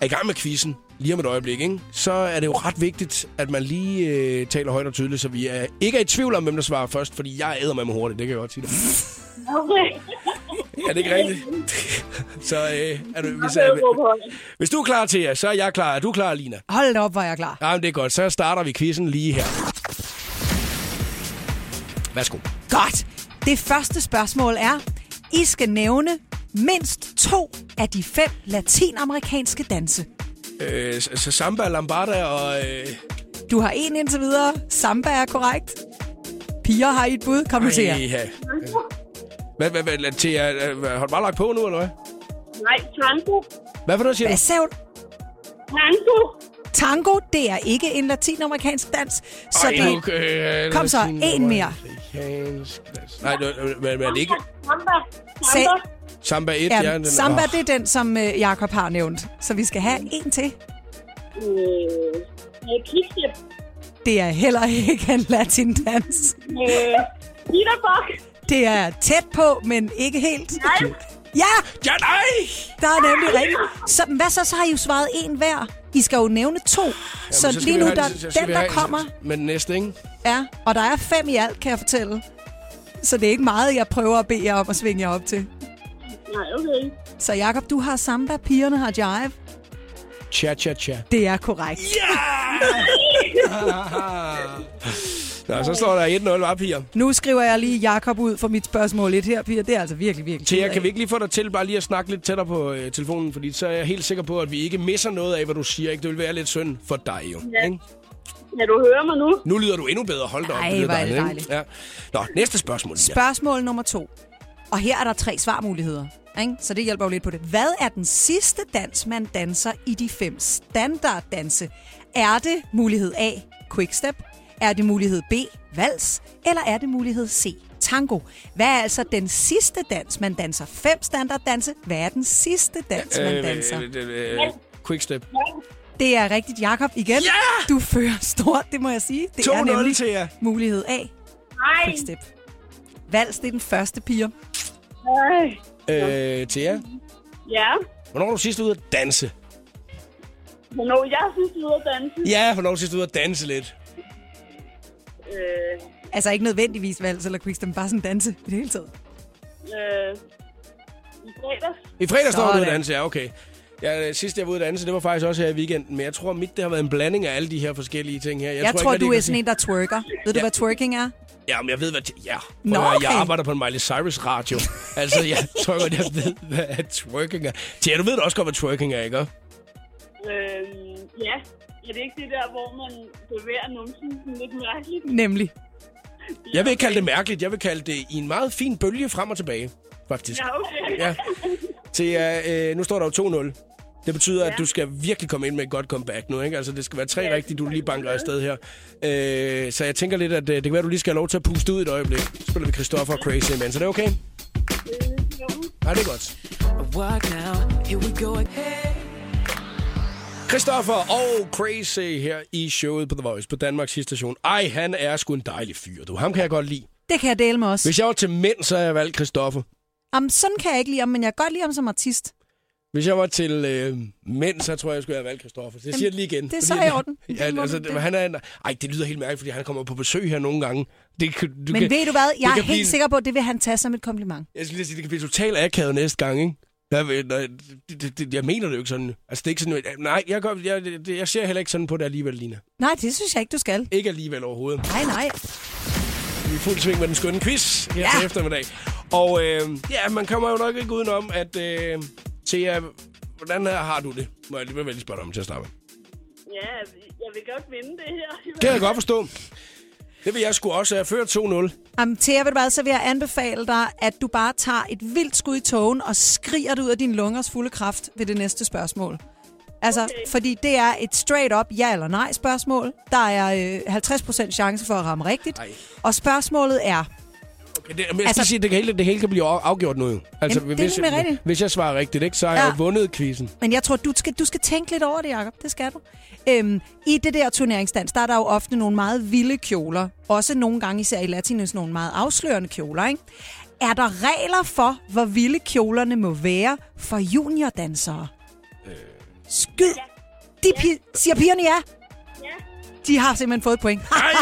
Speaker 1: er i gang med quizzen, lige om et øjeblik, ikke? så er det jo ret vigtigt, at man lige øh, taler højt og tydeligt, så vi er, ikke er i tvivl om, hvem der svarer først, fordi jeg æder med mig hurtigt, det kan jeg godt sige dig.
Speaker 7: Okay.
Speaker 1: Er det ikke rigtigt? så øh, er du, hvis,
Speaker 7: Så jeg går på
Speaker 1: er,
Speaker 7: hold.
Speaker 1: hvis du er klar til jer, så er jeg klar. Er du klar, Lina?
Speaker 2: Hold da op, hvor jeg er klar.
Speaker 1: Ja, men det er godt. Så starter vi quizzen lige her. Værsgo.
Speaker 2: Godt. Det første spørgsmål er, I skal nævne mindst to af de fem latinamerikanske danse.
Speaker 1: Øh, så så samba, lambada og... Øh,
Speaker 2: Du har en indtil videre. Samba er korrekt. Piger har I et bud. Kom nu til jer.
Speaker 1: ja. Hvad, hvad, hvad, lad- Thea, øh, hvad, har du bare lagt på nu, eller hvad?
Speaker 7: Nej, tango.
Speaker 1: Hvad for noget, siger
Speaker 2: Hvad
Speaker 1: du?
Speaker 2: sagde du?
Speaker 7: Tango.
Speaker 2: Tango, det er ikke en latinamerikansk dans. Så
Speaker 1: Ej,
Speaker 2: det,
Speaker 1: nu, øh,
Speaker 2: Kom så,
Speaker 1: latin-
Speaker 2: en mere.
Speaker 1: Amerikansk- Nej, det, hvad, hvad er det ikke?
Speaker 7: Samba.
Speaker 2: Se.
Speaker 7: Samba.
Speaker 1: Samba 1, ja.
Speaker 2: ja,
Speaker 1: den-
Speaker 2: samba,
Speaker 1: Åh.
Speaker 2: det er den, som øh, Jakob har nævnt. Så vi skal have en til.
Speaker 7: Øh, øh, kickstep.
Speaker 2: Det er heller ikke en latindans.
Speaker 7: Øh, Peterbok.
Speaker 2: Det er tæt på, men ikke helt. Ja,
Speaker 1: Ja, nej!
Speaker 2: der er nemlig rigtigt. Så, hvad så? Så har I jo svaret en hver. I skal jo nævne to. så,
Speaker 1: Jamen, skal
Speaker 2: lige
Speaker 1: vi
Speaker 2: nu,
Speaker 1: have-
Speaker 2: der,
Speaker 1: så skal
Speaker 2: den,
Speaker 1: vi
Speaker 2: der
Speaker 1: have-
Speaker 2: kommer,
Speaker 1: Men næste, ikke?
Speaker 2: er... Og der er fem i alt, kan jeg fortælle. Så det er ikke meget, jeg prøver at bede jer om at svinge jer op til.
Speaker 7: Nej, okay.
Speaker 2: Så Jakob, du har samba, pigerne har jive.
Speaker 1: Cha-cha-cha.
Speaker 2: Det er korrekt.
Speaker 1: Ja! Nå, så står der 1-0 op, piger.
Speaker 2: Nu skriver jeg lige Jakob ud for mit spørgsmål lidt her, Pia. Det er altså virkelig, virkelig... ked
Speaker 1: Thea,
Speaker 2: af.
Speaker 1: kan vi ikke lige få dig til bare lige at snakke lidt tættere på øh, telefonen? Fordi så er jeg helt sikker på, at vi ikke misser noget af, hvad du siger. Ikke? Det vil være lidt synd for dig jo.
Speaker 7: Ja.
Speaker 1: Ikke?
Speaker 7: Kan du høre mig nu?
Speaker 1: Nu lyder du endnu bedre. Hold da op.
Speaker 2: Ej,
Speaker 1: lyder
Speaker 2: hvor er det
Speaker 1: dejligt, ikke? Ja. Nå, næste spørgsmål. Pia.
Speaker 2: Spørgsmål nummer to. Og her er der tre svarmuligheder. Ikke? Så det hjælper jo lidt på det. Hvad er den sidste dans, man danser i de fem standarddanse? Er det mulighed A, quickstep? Er det mulighed B, vals? Eller er det mulighed C, tango? Hvad er altså den sidste dans, man danser? Fem standarddanse. Hvad er den sidste dans, man danser?
Speaker 1: Øh, øh, øh, øh, Quickstep.
Speaker 2: Det er rigtigt, Jakob igen.
Speaker 1: Ja!
Speaker 2: Du fører stort, det må jeg sige. Det er
Speaker 1: 2-0
Speaker 2: nemlig
Speaker 1: til jer.
Speaker 2: mulighed A,
Speaker 7: Nej.
Speaker 2: quickstep. Vals, det er den første, piger.
Speaker 7: Nej.
Speaker 1: Øh, Thea,
Speaker 7: Ja.
Speaker 1: hvornår var du sidst ude at danse?
Speaker 7: Hvornår jeg synes, du er ude at danse?
Speaker 1: Ja, hvornår var du sidst ude at danse lidt?
Speaker 7: Øh,
Speaker 2: Altså ikke nødvendigvis vals eller quickstep, men bare sådan danse i det hele taget.
Speaker 7: øh, I fredags?
Speaker 1: I fredags står du ude at
Speaker 2: Sådan.
Speaker 1: danse, ja, okay. Ja, øh, sidst jeg var ude at danse, det var faktisk også her i weekenden. Men jeg tror, mit det har været en blanding af alle de her forskellige ting her.
Speaker 2: Jeg, jeg tror,
Speaker 1: ikke,
Speaker 2: du
Speaker 1: rigtig,
Speaker 2: er
Speaker 1: jeg kan
Speaker 2: sådan en, der twerker. Ved du, hvad twerking er?
Speaker 1: Ja, men jeg ved, hvad... Ja,
Speaker 2: Nå,
Speaker 1: Nå, okay. jeg
Speaker 2: okay.
Speaker 1: arbejder på en Miley Cyrus radio. altså, jeg tror godt, jeg ved, hvad twerking er. Thea, du ved da også godt, hvad twerking er, ikke?
Speaker 7: Øh, ja. Er det ikke det der, hvor man bevæger numsen sådan lidt mærkeligt?
Speaker 2: Nemlig.
Speaker 1: Jeg vil ikke kalde det mærkeligt. Jeg vil kalde det i en meget fin bølge frem og tilbage, faktisk.
Speaker 7: Ja, okay.
Speaker 1: Ja. Thea, øh, nu står der jo 2-0. Det betyder, ja. at du skal virkelig komme ind med et godt comeback nu, ikke? Altså, det skal være tre ja. rigtige, du lige banker afsted her. Øh, så jeg tænker lidt, at øh, det kan være, at du lige skal have lov til at puste ud et øjeblik. Så spiller vi Christoffer og Crazy Man. Så det er okay? Nej, det er godt.
Speaker 4: Walk now, here we go again.
Speaker 1: Christoffer og Crazy her i showet på The Voice på Danmarks station. Ej, han er sgu en dejlig fyr, du. Ham kan jeg godt lide.
Speaker 2: Det kan jeg dele med os.
Speaker 1: Hvis jeg var til mænd, så havde jeg valgt Christoffer.
Speaker 2: Jamen, sådan kan jeg ikke lide ham, men jeg kan godt lide ham som artist.
Speaker 1: Hvis jeg var til øh, mænd, så tror jeg, jeg skulle have valgt Christoffer. Det siger jeg lige igen.
Speaker 2: det er
Speaker 1: fordi-
Speaker 2: så i orden. Det
Speaker 1: Ja,
Speaker 2: må
Speaker 1: altså,
Speaker 2: du-
Speaker 1: det. Han er en, ej, det lyder helt mærkeligt, fordi han kommer på besøg her nogle gange. Det, kan- du
Speaker 2: Men
Speaker 1: kan,
Speaker 2: ved du hvad? Jeg
Speaker 1: det
Speaker 2: er
Speaker 1: kan
Speaker 2: helt
Speaker 1: blive-
Speaker 2: sikker på, at det vil han tage som et kompliment.
Speaker 1: Jeg skulle lige sige, det kan blive totalt akavet næste gang, ikke? Jeg, ved- nej, det, det, det, jeg mener det jo ikke sådan. Altså, det er ikke sådan, nej, jeg, gør, jeg, det- jeg ser heller ikke sådan på det alligevel, Lina.
Speaker 2: Nej, det synes jeg ikke, du skal.
Speaker 1: Ikke alligevel overhovedet.
Speaker 2: Nej, nej.
Speaker 1: Vi er i fuld sving med den skønne quiz her ja. til eftermiddag. Og øh, ja, man kommer jo nok ikke udenom, at øh, Thea, hvordan her har du det? Må jeg lige vel lige spørge dig om til at starte med.
Speaker 7: Ja, jeg vil godt vinde det her.
Speaker 1: Det kan jeg godt forstå. Det vil jeg sgu også have. Før 2-0.
Speaker 2: Jamen, Thea, ved du hvad, så vil jeg anbefale dig, at du bare tager et vildt skud i togen og skriger det ud af din lungers fulde kraft ved det næste spørgsmål. Altså, okay. fordi det er et straight up ja eller nej spørgsmål. Der er øh, 50% chance for at ramme rigtigt.
Speaker 1: Ej.
Speaker 2: Og spørgsmålet er,
Speaker 1: Okay, det, men jeg
Speaker 2: Altså-
Speaker 1: altså, sige, det, kan hele, det hele kan blive afgjort nu. jo. Altså,
Speaker 2: Jamen, det er
Speaker 1: hvis,
Speaker 2: nemlig rigtigt.
Speaker 1: hvis jeg svarer rigtigt, ikke, så har ja.
Speaker 2: Ja.
Speaker 1: jeg jo vundet quizzen.
Speaker 2: Men jeg tror, du skal, du skal tænke lidt over det, Jacob. Det skal du. Øhm, I det der turneringsdans, der er der jo ofte nogle meget vilde kjoler. Også nogle gange, især i latinus, nogle meget afslørende kjoler, ikke? Er der regler for, hvor vilde kjolerne må være for juniordansere?
Speaker 1: Øh.
Speaker 2: Skyd! De pi- siger pigerne ja.
Speaker 7: Ja.
Speaker 2: De har simpelthen fået et point. Ha,
Speaker 1: Ej!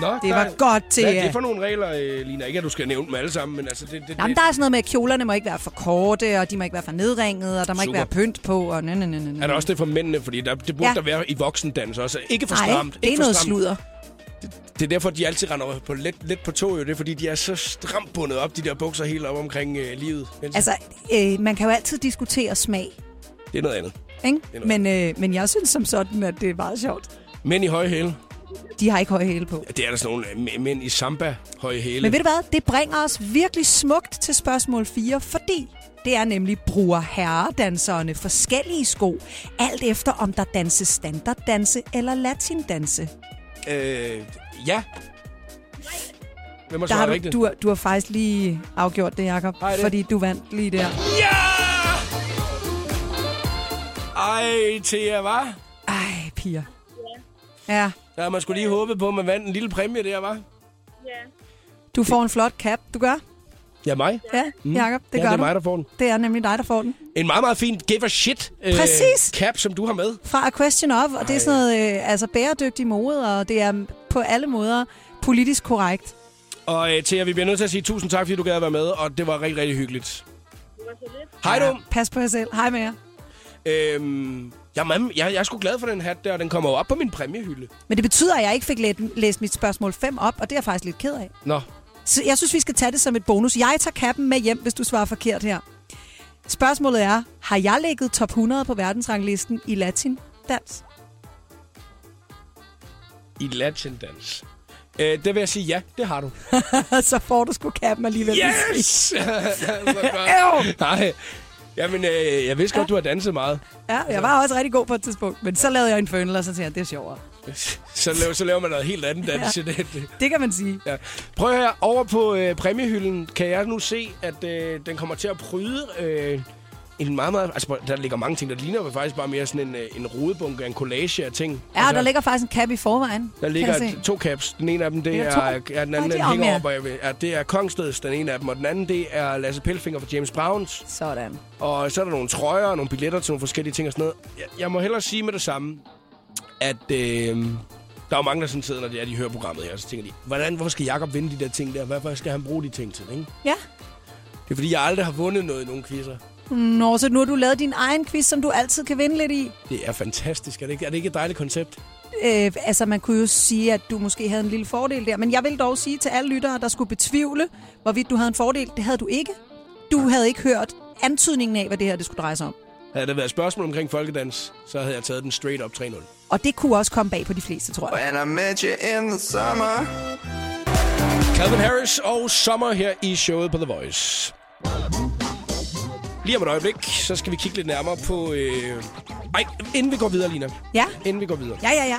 Speaker 1: Nå,
Speaker 2: det
Speaker 1: der-
Speaker 2: var godt til
Speaker 1: Hvad er
Speaker 2: jer.
Speaker 1: det for nogle regler, øh, Lina? Ikke, at du skal nævne dem alle sammen, men altså... Det, det,
Speaker 2: Jamen,
Speaker 1: det,
Speaker 2: der er sådan noget med, at kjolerne må ikke være for korte, og de må ikke være for nedringede, og der må ikke
Speaker 1: Super.
Speaker 2: være pynt på, og nej, nej, nej, nej.
Speaker 1: er der også det for mændene? Fordi der, det burde
Speaker 2: Ja.
Speaker 1: ja. der være i voksendans også. Ikke for
Speaker 2: Nej,
Speaker 1: stramt.
Speaker 2: det
Speaker 1: ikke
Speaker 2: er
Speaker 1: for
Speaker 2: noget
Speaker 1: stramt.
Speaker 2: sludder.
Speaker 1: Det er derfor, de altid render på let, let på tog, jo. Det er, fordi de er så stramt bundet op, de der bukser helt op omkring øh, livet. Men altså,
Speaker 2: Altså, øh, man kan jo altid diskutere smag,
Speaker 1: det er noget andet.
Speaker 2: ikke?
Speaker 1: er noget
Speaker 2: Men, øh, men jeg synes som sådan, at det er meget sjovt.
Speaker 1: Mænd i høje hæle.
Speaker 2: De har ikke høje hæle på.
Speaker 1: Ja, Det er der sådan nogle øh, mæ- mænd i samba høje hæle.
Speaker 2: Men ved du hvad? Det bringer os virkelig smukt til spørgsmål 4, fordi det er nemlig, bruger herredanserne forskellige sko, alt efter om der danses standarddanse eller latindanse.
Speaker 1: Øh, ja. Hvem har
Speaker 2: Der har
Speaker 1: svaret
Speaker 2: du,
Speaker 1: rigtigt?
Speaker 2: du, har- du har faktisk lige afgjort det, Jacob,
Speaker 1: Har jeg det?
Speaker 2: fordi du vandt lige der.
Speaker 1: Ja! Ej, Thea, hva'?
Speaker 2: Ej, piger. Ja,
Speaker 1: Der har man skulle lige håbet på, at man vandt en lille præmie der, hva'?
Speaker 7: Ja.
Speaker 2: du får en flot cap, du gør.
Speaker 1: Ja, mig.
Speaker 2: Ja, Jacob, det
Speaker 1: Mm. ja,
Speaker 2: gør
Speaker 1: det er
Speaker 2: du.
Speaker 1: mig, der får den.
Speaker 2: Det er nemlig dig, der får den.
Speaker 1: En meget, meget fin give a shit øh,
Speaker 2: Præcis.
Speaker 1: cap, som du har med.
Speaker 2: fra A Question Of, og det er sådan noget øh, altså bæredygtig mode, og det er på alle måder politisk korrekt.
Speaker 1: Og øh, Thea, vi bliver nødt til at sige tusind tak, fordi du gad at være med, og det var rigtig, rigtig hyggeligt.
Speaker 7: Det var så lidt.
Speaker 1: Hej du.
Speaker 2: Pas på jer selv. Hej med jer.
Speaker 1: Øhm, Jamen, jeg, jeg er sgu glad for den hat der, og den kommer jo op på min præmiehylde.
Speaker 2: Men det betyder, at jeg ikke fik læ- læst mit spørgsmål 5 op, og det er jeg faktisk lidt ked af.
Speaker 1: Nå,
Speaker 2: Så jeg synes, vi skal tage det som et bonus. Jeg tager kappen med hjem, hvis du svarer forkert her. Spørgsmålet er, har jeg ligget top 100 på verdensranglisten i latin dans?
Speaker 1: i latindans. Øh, det vil jeg sige, ja, det har du.
Speaker 2: Så får du sgu kappen alligevel.
Speaker 1: Yes! Hvor godt.
Speaker 2: Øv!
Speaker 1: Nej, jamen, øh, jeg vidste godt, du har danset meget.
Speaker 2: Ja, jeg var også rigtig god på et tidspunkt, men så lavede jeg en fønel, og så tænkte jeg, det er sjovere.
Speaker 1: Så laver, så laver man noget helt andet dans ja. det.
Speaker 2: Det kan man sige.
Speaker 1: Ja. Prøv her over på øh, præmiehylden kan jeg nu se, at øh, den kommer til at pryde øh, en meget, meget... Altså, der ligger mange ting, der ligner jo faktisk bare mere sådan en, øh, en rodebunke, en collage af ting.
Speaker 2: Ja,
Speaker 1: altså,
Speaker 2: der ligger faktisk en cap i forvejen.
Speaker 1: Der
Speaker 2: kan
Speaker 1: ligger
Speaker 2: jeg se.
Speaker 1: to caps. Den ene af dem, det
Speaker 2: Ligger
Speaker 1: er,
Speaker 2: to?
Speaker 1: er, den anden,
Speaker 2: Nå, de
Speaker 1: den
Speaker 2: er om,
Speaker 1: hænger
Speaker 2: ja.
Speaker 1: over bagved. Ja, det er Kongsteds, den ene af dem. Og den anden, det er Lasse Pelfinger fra James Browns.
Speaker 2: Sådan.
Speaker 1: Og så er der nogle trøjer og nogle billetter til nogle forskellige ting og sådan noget. Jeg, jeg må hellere sige med det samme, at øh, der er jo mange, der sådan sidder, når de, er, de hører programmet her, og så tænker de, hvordan, hvorfor skal Jakob vinde de der ting der? Hvorfor skal han bruge de ting til? Ikke?
Speaker 2: Ja.
Speaker 1: Det er fordi, jeg aldrig har vundet noget i nogen quizzer.
Speaker 2: Nå, så nu har du lavet din egen quiz, som du altid kan vinde lidt i.
Speaker 1: Det er fantastisk. Er det ikke, er det ikke et dejligt koncept?
Speaker 2: Øh, altså, man kunne jo sige, at du måske havde en lille fordel der. Men jeg vil dog sige til alle lyttere, der skulle betvivle, hvorvidt du havde en fordel. Det havde du ikke. Du havde ikke hørt antydningen af, hvad det her det skulle dreje sig om.
Speaker 1: Havde der været et spørgsmål omkring folkedans, så havde jeg taget den straight up 3-0.
Speaker 2: Og det kunne også komme bag på de fleste, tror jeg.
Speaker 8: When I met you in the summer.
Speaker 1: Calvin Harris og Sommer her i showet på The Voice. Lige om et øjeblik, så skal vi kigge lidt nærmere på... Øh... Ej, inden vi går videre, Lina.
Speaker 2: Ja,
Speaker 1: Inden vi går videre.
Speaker 2: ja, ja, ja.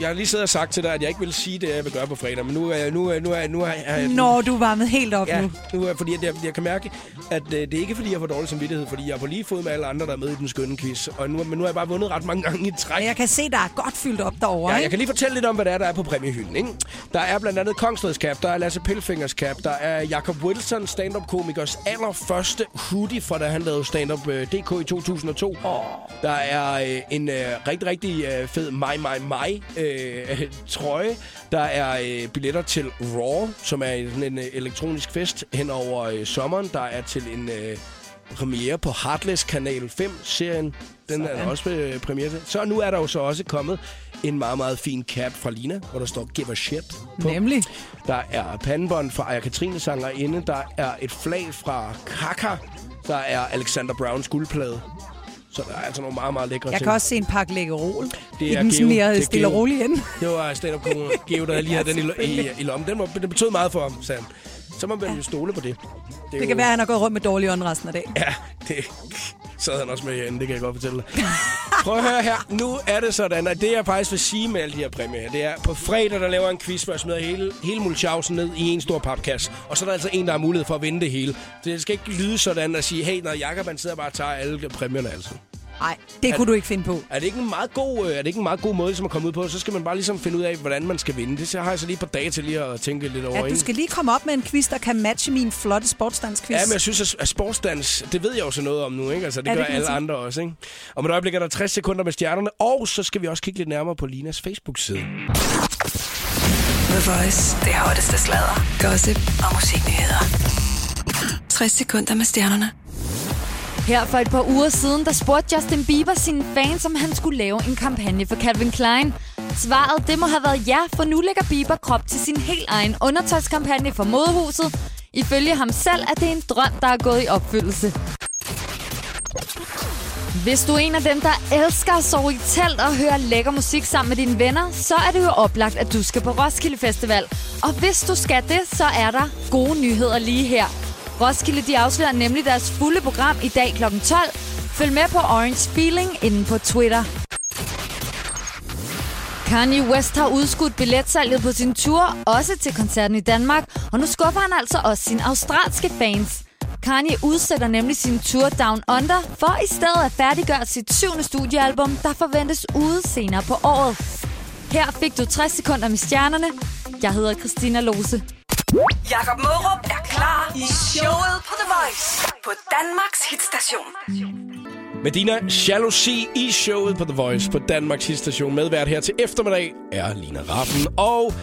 Speaker 1: Jeg har lige siddet og sagt til dig, at jeg ikke ville sige det, jeg vil gøre på fredag, men nu er nu er nu er nu er jeg...
Speaker 2: Når du varmede helt op
Speaker 1: Ja,
Speaker 2: nu.
Speaker 1: nu er fordi at jeg, jeg kan mærke, at øh, det er ikke fordi, jeg får dårlig samvittighed, fordi jeg er på lige fod med alle andre, der er med i den skønne quiz. Og nu, men nu har jeg bare vundet ret mange gange i træk.
Speaker 2: Og jeg kan se, der er godt fyldt op derovre.
Speaker 1: Ja,
Speaker 2: ikke?
Speaker 1: jeg kan lige fortælle lidt om, hvad der er, der er på præmiehylden. Ikke? Der er blandt andet Kongsteds cap, der er Lasse Pilfingers cap, der er Jacob Wilson, stand-up-komikers allerførste hoodie, fra da han lavede stand-up øh, DK i 2002. Oh. Der er øh, en øh, rigtig, rigtig øh, fed My My My øh, øh, trøje. Der er øh, billetter til Raw, som er sådan en øh, elektronisk fest hen over øh, sommeren. Der er til en... Øh, premiere på Heartless Kanal 5-serien. Den Sådan. er der også øh, premiere til. Så nu er der jo så også kommet en meget, meget fin cap fra Lina, hvor der står Give a shit på.
Speaker 2: Nemlig.
Speaker 1: Der er pandebånd fra Aya Katrine sangerinde. Der er et flag fra Kaka. Der er Alexander Browns guldplade. Så der er altså nogle meget, meget lækre
Speaker 2: Jeg
Speaker 1: ting.
Speaker 2: kan også se en pakke lækkerol.
Speaker 1: Det
Speaker 2: I
Speaker 1: er
Speaker 2: den sådan
Speaker 1: Geo. Det
Speaker 2: mere
Speaker 1: er
Speaker 2: stille og
Speaker 1: Geo.
Speaker 2: rolig ende.
Speaker 1: Det var stand-up komiker Geo, der lige havde den i, i, i lommen. Den, var, den betød meget for ham, sagde han. Så må man jo stole på det. Det, er
Speaker 2: Det
Speaker 1: jo-
Speaker 2: kan være, at han har gået rundt med dårlig ånd resten af dagen.
Speaker 1: Ja, det sad han også med herinde, det kan jeg godt fortælle dig. Prøv at høre her. Nu er det sådan, at det jeg faktisk vil sige med alle de her præmier her, det er, på fredag, der laver jeg en quiz, hvor jeg smider hele, hele Mulchausen ned i en stor papkasse. Og så er der altså en, der har mulighed for at vinde det hele. Så det skal ikke lyde sådan at sige, hey, når Jacob han sidder bare og tager alle præmierne altså.
Speaker 2: Nej, det kunne du ikke finde på.
Speaker 1: Er det ikke en meget god, øh, er det ikke en meget god måde ligesom at komme ud på? Så skal man bare ligesom finde ud af, hvordan man skal vinde. Det har jeg så lige på dage til lige at tænke lidt over.
Speaker 2: Ja, du
Speaker 1: ikke?
Speaker 2: skal lige komme op med en quiz, der kan matche min flotte sportsdansquiz.
Speaker 1: Ja, men jeg synes, at- at sportsdans, det ved jeg jo så noget om nu, ikke? Altså, det,
Speaker 2: Ja,
Speaker 1: ja,
Speaker 2: det
Speaker 1: det gør
Speaker 2: kan man
Speaker 1: alle
Speaker 2: sige.
Speaker 1: andre også, ikke? Om et øjeblik er der 60 sekunder med stjernerne, og så skal vi også kigge lidt nærmere på Linas Facebook-side.
Speaker 3: The Voice. Det hotteste sladder, gossip og musiknyheder.
Speaker 6: 60 sekunder med stjernerne. Her for et par uger siden, der spurgte Justin Bieber sine fans, om han skulle lave en kampagne for Calvin Klein. Svaret, det må have været ja, for nu lægger Bieber krop til sin helt egen undertøjskampagne for modehuset. Ifølge ham selv er det en drøm, der er gået i opfyldelse. Hvis du er en af dem, der elsker at sove i telt og høre lækker musik sammen med dine venner, så er det jo oplagt, at du skal på Roskilde Festival. Og hvis du skal det, så er der gode nyheder lige her. Roskilde de afslører nemlig deres fulde program i dag kl. 12. Følg med på Orange Feeling inde på Twitter. Kanye West har udskudt billetsalget på sin tur, også til koncerten i Danmark, og nu skuffer han altså også sine australske fans. Kanye udsætter nemlig sin tur Down Under, for i stedet at færdiggøre sit syvende studiealbum, der forventes ude senere på året. Her fik du 60 sekunder med stjernerne. Jeg hedder Christina Lose.
Speaker 3: Jakob Mørup er klar i showet på The Voice på Danmarks hitstation.
Speaker 1: Medina Jalousi i showet på The Voice på Danmarks Hitstation. Medvært her til eftermiddag er Lina Raffen. Og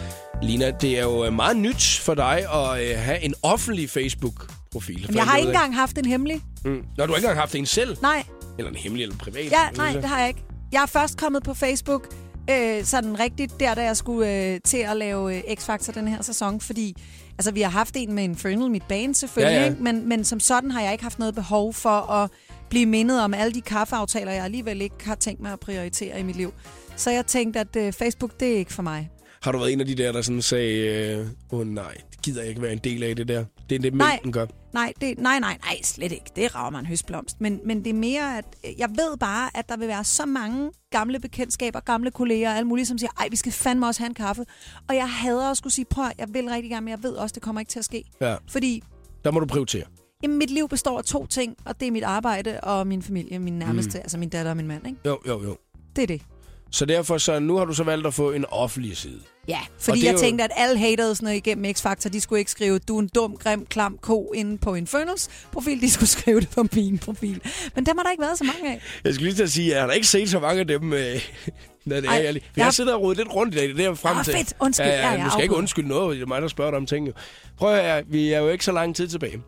Speaker 1: Lina, det er jo øh, meget nyt for dig at øh, have en offentlig Facebook-profil.
Speaker 2: Jamen, jeg har ikke engang haft en hemmelig.
Speaker 1: Mm. Nå, du har ikke engang haft en selv?
Speaker 2: Nej,
Speaker 1: Eller en hemmelig eller privat?
Speaker 2: ja,
Speaker 1: eller
Speaker 2: nej,
Speaker 1: så.
Speaker 2: det har jeg ikke. Jeg er først kommet på Facebook øh, sådan rigtigt, der da jeg skulle øh, til at lave øh, X-Factor den her sæson, fordi altså, vi har haft en med Infernal, mit band selvfølgelig,
Speaker 1: Ja,
Speaker 2: ja,
Speaker 1: ja.
Speaker 2: ja. Ikke? Men, men som sådan har jeg ikke haft noget behov for at blive mindet om alle de kaffeaftaler, jeg alligevel ikke har tænkt mig at prioritere i mit liv. Så jeg tænkte, at øh, Facebook, det er ikke for mig.
Speaker 1: Har du været en af de der, der sådan sagde, åh øh, oh, nej, det gider jeg ikke være en del af det der. Det er det,
Speaker 2: Nej.
Speaker 1: mængden gør.
Speaker 2: Nej, det, nej, nej, nej, slet ikke. Det rager mig en høstblomst. Men, men det er mere, at øh, jeg ved bare, at der vil være så mange gamle bekendtskaber, gamle kolleger og alle mulige, som siger, ej, vi skal fandme også have en kaffe. Og jeg hader at skulle sige, prøv at høre, jeg vil rigtig gerne, men jeg ved også, det kommer ikke til at ske.
Speaker 1: Ja,
Speaker 2: Fordi
Speaker 1: der må du prioritere.
Speaker 2: jamen, mit liv består af to ting, og det er mit arbejde og min familie, min nærmeste, mm. altså min datter og min mand. Ikke?
Speaker 1: Jo, jo, jo.
Speaker 2: Det er det.
Speaker 1: Så derfor så, nu har du så valgt at få en offentlig side.
Speaker 2: Ja,
Speaker 1: det
Speaker 2: fordi
Speaker 1: er
Speaker 2: jeg
Speaker 1: jo-
Speaker 2: tænkte, at alle hatede sådan noget igennem X-Factor. De skulle ikke skrive, du er en dum, grim, klam ko inde på Infernals profil. De skulle skrive det på min profil. Men dem har der ikke været så mange af.
Speaker 1: Jeg skulle lige til at sige, at jeg har da ikke set så mange af dem. Øh, når det er,
Speaker 2: Ej,
Speaker 1: jeg, lige. jeg
Speaker 2: jeg-
Speaker 1: har siddet og rodet lidt rundt i dag, det er det, jeg er frem
Speaker 2: Ah,
Speaker 1: til.
Speaker 2: fedt. Undskyld.
Speaker 1: Ja, ja,
Speaker 2: Ja,
Speaker 1: ja,
Speaker 2: ja,
Speaker 1: du skal ikke
Speaker 2: afbryder.
Speaker 1: undskylde noget, det er mig, der spørger dig om ting. jo. Prøv at høre, vi er jo ikke så lang tid tilbage.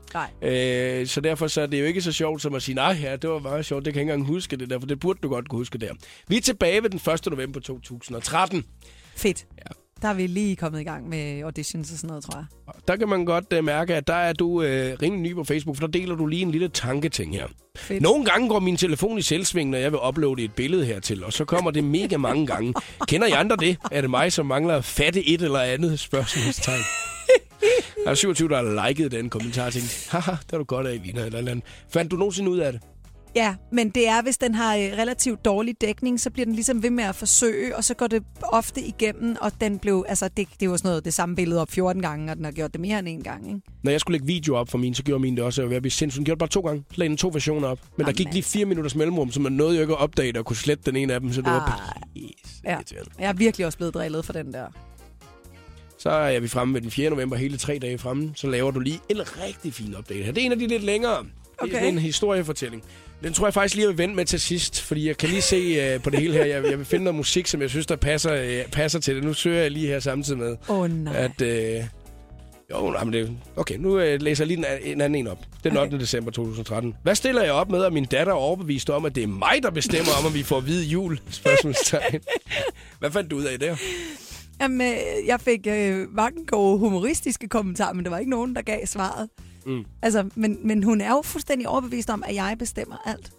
Speaker 2: Nej.
Speaker 1: Øh, så derfor så er det jo ikke så sjovt som at sige, nej, ja, det var meget sjovt, det kan jeg ikke engang huske det der, for det burde du godt kunne huske der. Vi er tilbage ved den 1. november 2013.
Speaker 2: Fedt. Ja. Der er vi lige kommet i gang med auditions og sådan noget, tror jeg.
Speaker 1: Og Der kan man godt uh, mærke, at der er du øh, rimelig ny på Facebook, for der deler du lige en lille tanketing her. Fedt.
Speaker 2: Fedt.
Speaker 1: Nogle gange går min telefon i selvsving, når jeg vil uploade et billede hertil, og så kommer det mega mange gange. Kender I andre det? Er det mig, som mangler at fatte et eller andet spørgsmålstegn? Der er 27, der har liket den kommentar og tænkt, haha, det er du godt af, Lina, eller, et eller andet. Fandt du nogensinde ud af det?
Speaker 2: Ja, men det er, hvis den har øh, relativt dårlig dækning, så bliver den ligesom ved med at forsøge, og så går det ofte igennem, og den blev, altså det, det var sådan noget, det samme billede op 14 gange, og den har gjort det mere end en gang, ikke?
Speaker 1: Når jeg skulle lægge video op for min, så gjorde min det også. Jeg var ved at blive sindssygt. Den gjorde det bare to gange. Så lagde den to versioner op. Men Jamen. der gik
Speaker 2: Jamen
Speaker 1: lige fire minutters mellemrum, så man nåede jo ikke at opdage det og kunne slette den ene af dem, så det var pisse
Speaker 2: Ja.
Speaker 1: irriterende.
Speaker 2: Jeg er virkelig også blevet drillet for den der.
Speaker 1: Så er vi fremme ved den 4. november, hele tre dage fremme. Så laver du lige en rigtig fin update her. Det er en af de lidt længere. Okay.
Speaker 2: Okay.
Speaker 1: Det er en historiefortælling. Den tror jeg faktisk lige, jeg vil vente med til sidst, fordi jeg kan lige se uh, på det hele her. Jeg, jeg vil finde noget musik, som jeg synes, der passer, uh, passer til det. Nu søger jeg lige her samtidig med,
Speaker 2: Åh oh, nej.
Speaker 1: at... Uh, jo, nej, men det, okay, nu øh, læser jeg lige en, a- en anden en op. Den 8. Okay. december 2013. Hvad stiller jeg op med, at min datter er overbevist om, at det er mig, der bestemmer om, om vi får hvid jul? Spørgsmålstegn. Hvad fandt du ud af der?
Speaker 2: Jamen, øh, jeg fik øh, mange gode humoristiske kommentarer, men der var ikke nogen, der gav svaret. Mm. Altså, men, men hun er jo fuldstændig overbevist om, at jeg bestemmer alt.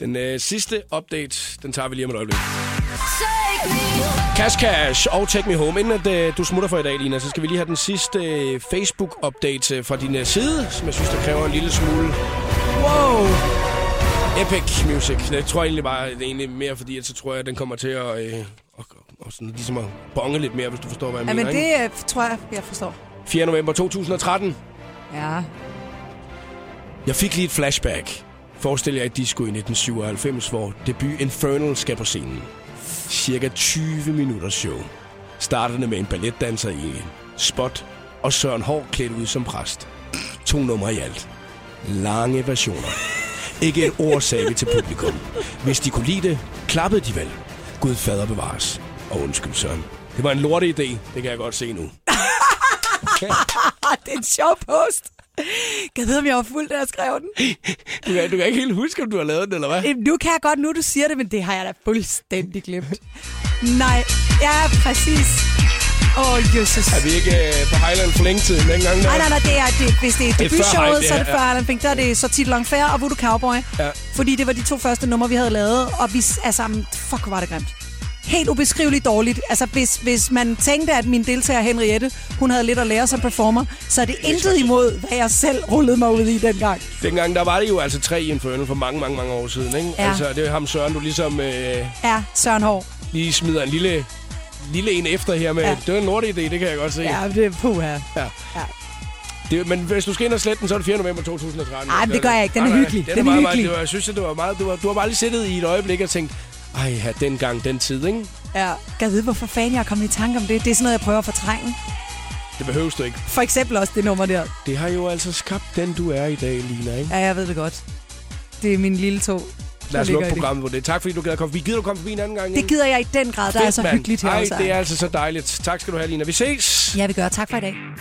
Speaker 1: Den øh, sidste update, den tager vi lige om et øjeblik.
Speaker 6: Take me
Speaker 1: Cash Cash og Take Me Home. Inden at, øh, du smutter for i dag, Lina, så skal vi lige have den sidste øh, Facebook-update øh, fra din øh, side, som jeg synes, der kræver en lille smule
Speaker 2: Wow!
Speaker 1: epic music. Jeg tror egentlig bare, det er egentlig mere, fordi at så tror jeg, at den kommer til at... Øh, og, og sådan, ligesom at bonge lidt mere, hvis du forstår, hvad jeg
Speaker 2: Jamen,
Speaker 1: mener. ikke?
Speaker 2: det øh, tror jeg, jeg forstår.
Speaker 1: 4. november 2013.
Speaker 2: Ja.
Speaker 1: Jeg fik lige et flashback. Forestil jer et disco i 1997, hvor debut Infernal skal på scenen. Cirka 20 minutters show. Startende med en balletdanser i en spot, og Søren Hård klædt ud som præst. To numre i alt. Lange versioner. Ikke et ord sagde vi til publikum. Hvis de kunne lide det, klappede de vel. Gud fader bevares. Og undskyld, Søren. Det var en lorte idé, det kan jeg godt se nu.
Speaker 2: Ah, det er en sjov post. Kan jeg vide, om jeg var fuld, da jeg skrev den?
Speaker 1: Du kan, du kan ikke helt huske, om du har lavet den, eller hvad?
Speaker 2: Jamen, Nu kan jeg godt, nu du siger det, men det har jeg da fuldstændig glemt. Nej, ja, præcis. Åh, oh, Jesus.
Speaker 1: Er vi ikke øh, på Highland for længe tid? Dengang, der...
Speaker 2: Nej, nej, nej, det er, det, hvis det er
Speaker 1: Det er før Hype,
Speaker 2: debutshowet,
Speaker 1: det
Speaker 2: så er det
Speaker 1: her,
Speaker 2: før Alan Fink. Der er det så tit Langfair og Voodoo Cowboy.
Speaker 1: Ja.
Speaker 2: Fordi det var de to første numre, vi havde lavet, og vi s- altså, mm, fuck, hvor var det grimt. Helt ubeskriveligt dårligt. Altså, hvis, hvis man tænkte, at min deltager Henriette, hun havde lidt at lære som performer, så er det intet imod, hvad jeg selv rullede mig ud i dengang.
Speaker 1: Dengang, der var det jo altså tre Infernal for mange, mange, mange år siden, ikke?
Speaker 2: Ja.
Speaker 1: Altså, det er ham Søren, du ligesom øh,
Speaker 2: Ja, Søren Hård.
Speaker 1: lige smider en lille, lille en efter her med. Ja.
Speaker 2: Ja.
Speaker 1: Det var en lorte idé, det kan jeg godt se.
Speaker 2: Ja, det er puha.
Speaker 1: Det, men hvis du skal ind og slette den, så er det 4. november 2013.
Speaker 2: Ej, men det gør jeg ikke. Den er
Speaker 1: Nej, nej,
Speaker 2: hyggelig.
Speaker 1: Den er
Speaker 2: Den er
Speaker 1: meget,
Speaker 2: hyggelig.
Speaker 1: Meget, det var, jeg synes, at det var meget, du, var, du har bare lige siddet i et øjeblik og tænkt, ej, ja, dengang, den tid, ikke?
Speaker 2: Ja. Kan jeg vide, hvorfor fanden jeg er kommet i tanke om det? Det er sådan noget, jeg prøver at fortrænge.
Speaker 1: Det behøves du ikke.
Speaker 2: For eksempel også det nummer der.
Speaker 1: Det har jo altså skabt den, du er i dag, Lina, ikke?
Speaker 2: Ja, jeg ved det godt. Det er min lille tog.
Speaker 1: Lad os
Speaker 2: ligger
Speaker 1: lukke
Speaker 2: i det.
Speaker 1: programmet på det. Tak fordi du gad at komme forbi. Gider du komme forbi en anden gang?
Speaker 2: Det gider jeg i den grad. Der er så hyggeligt her
Speaker 1: Ej,
Speaker 2: også.
Speaker 1: det er altså så dejligt. Tak skal du have, Lina. Vi ses.
Speaker 2: Ja, vi gør. Tak for i dag.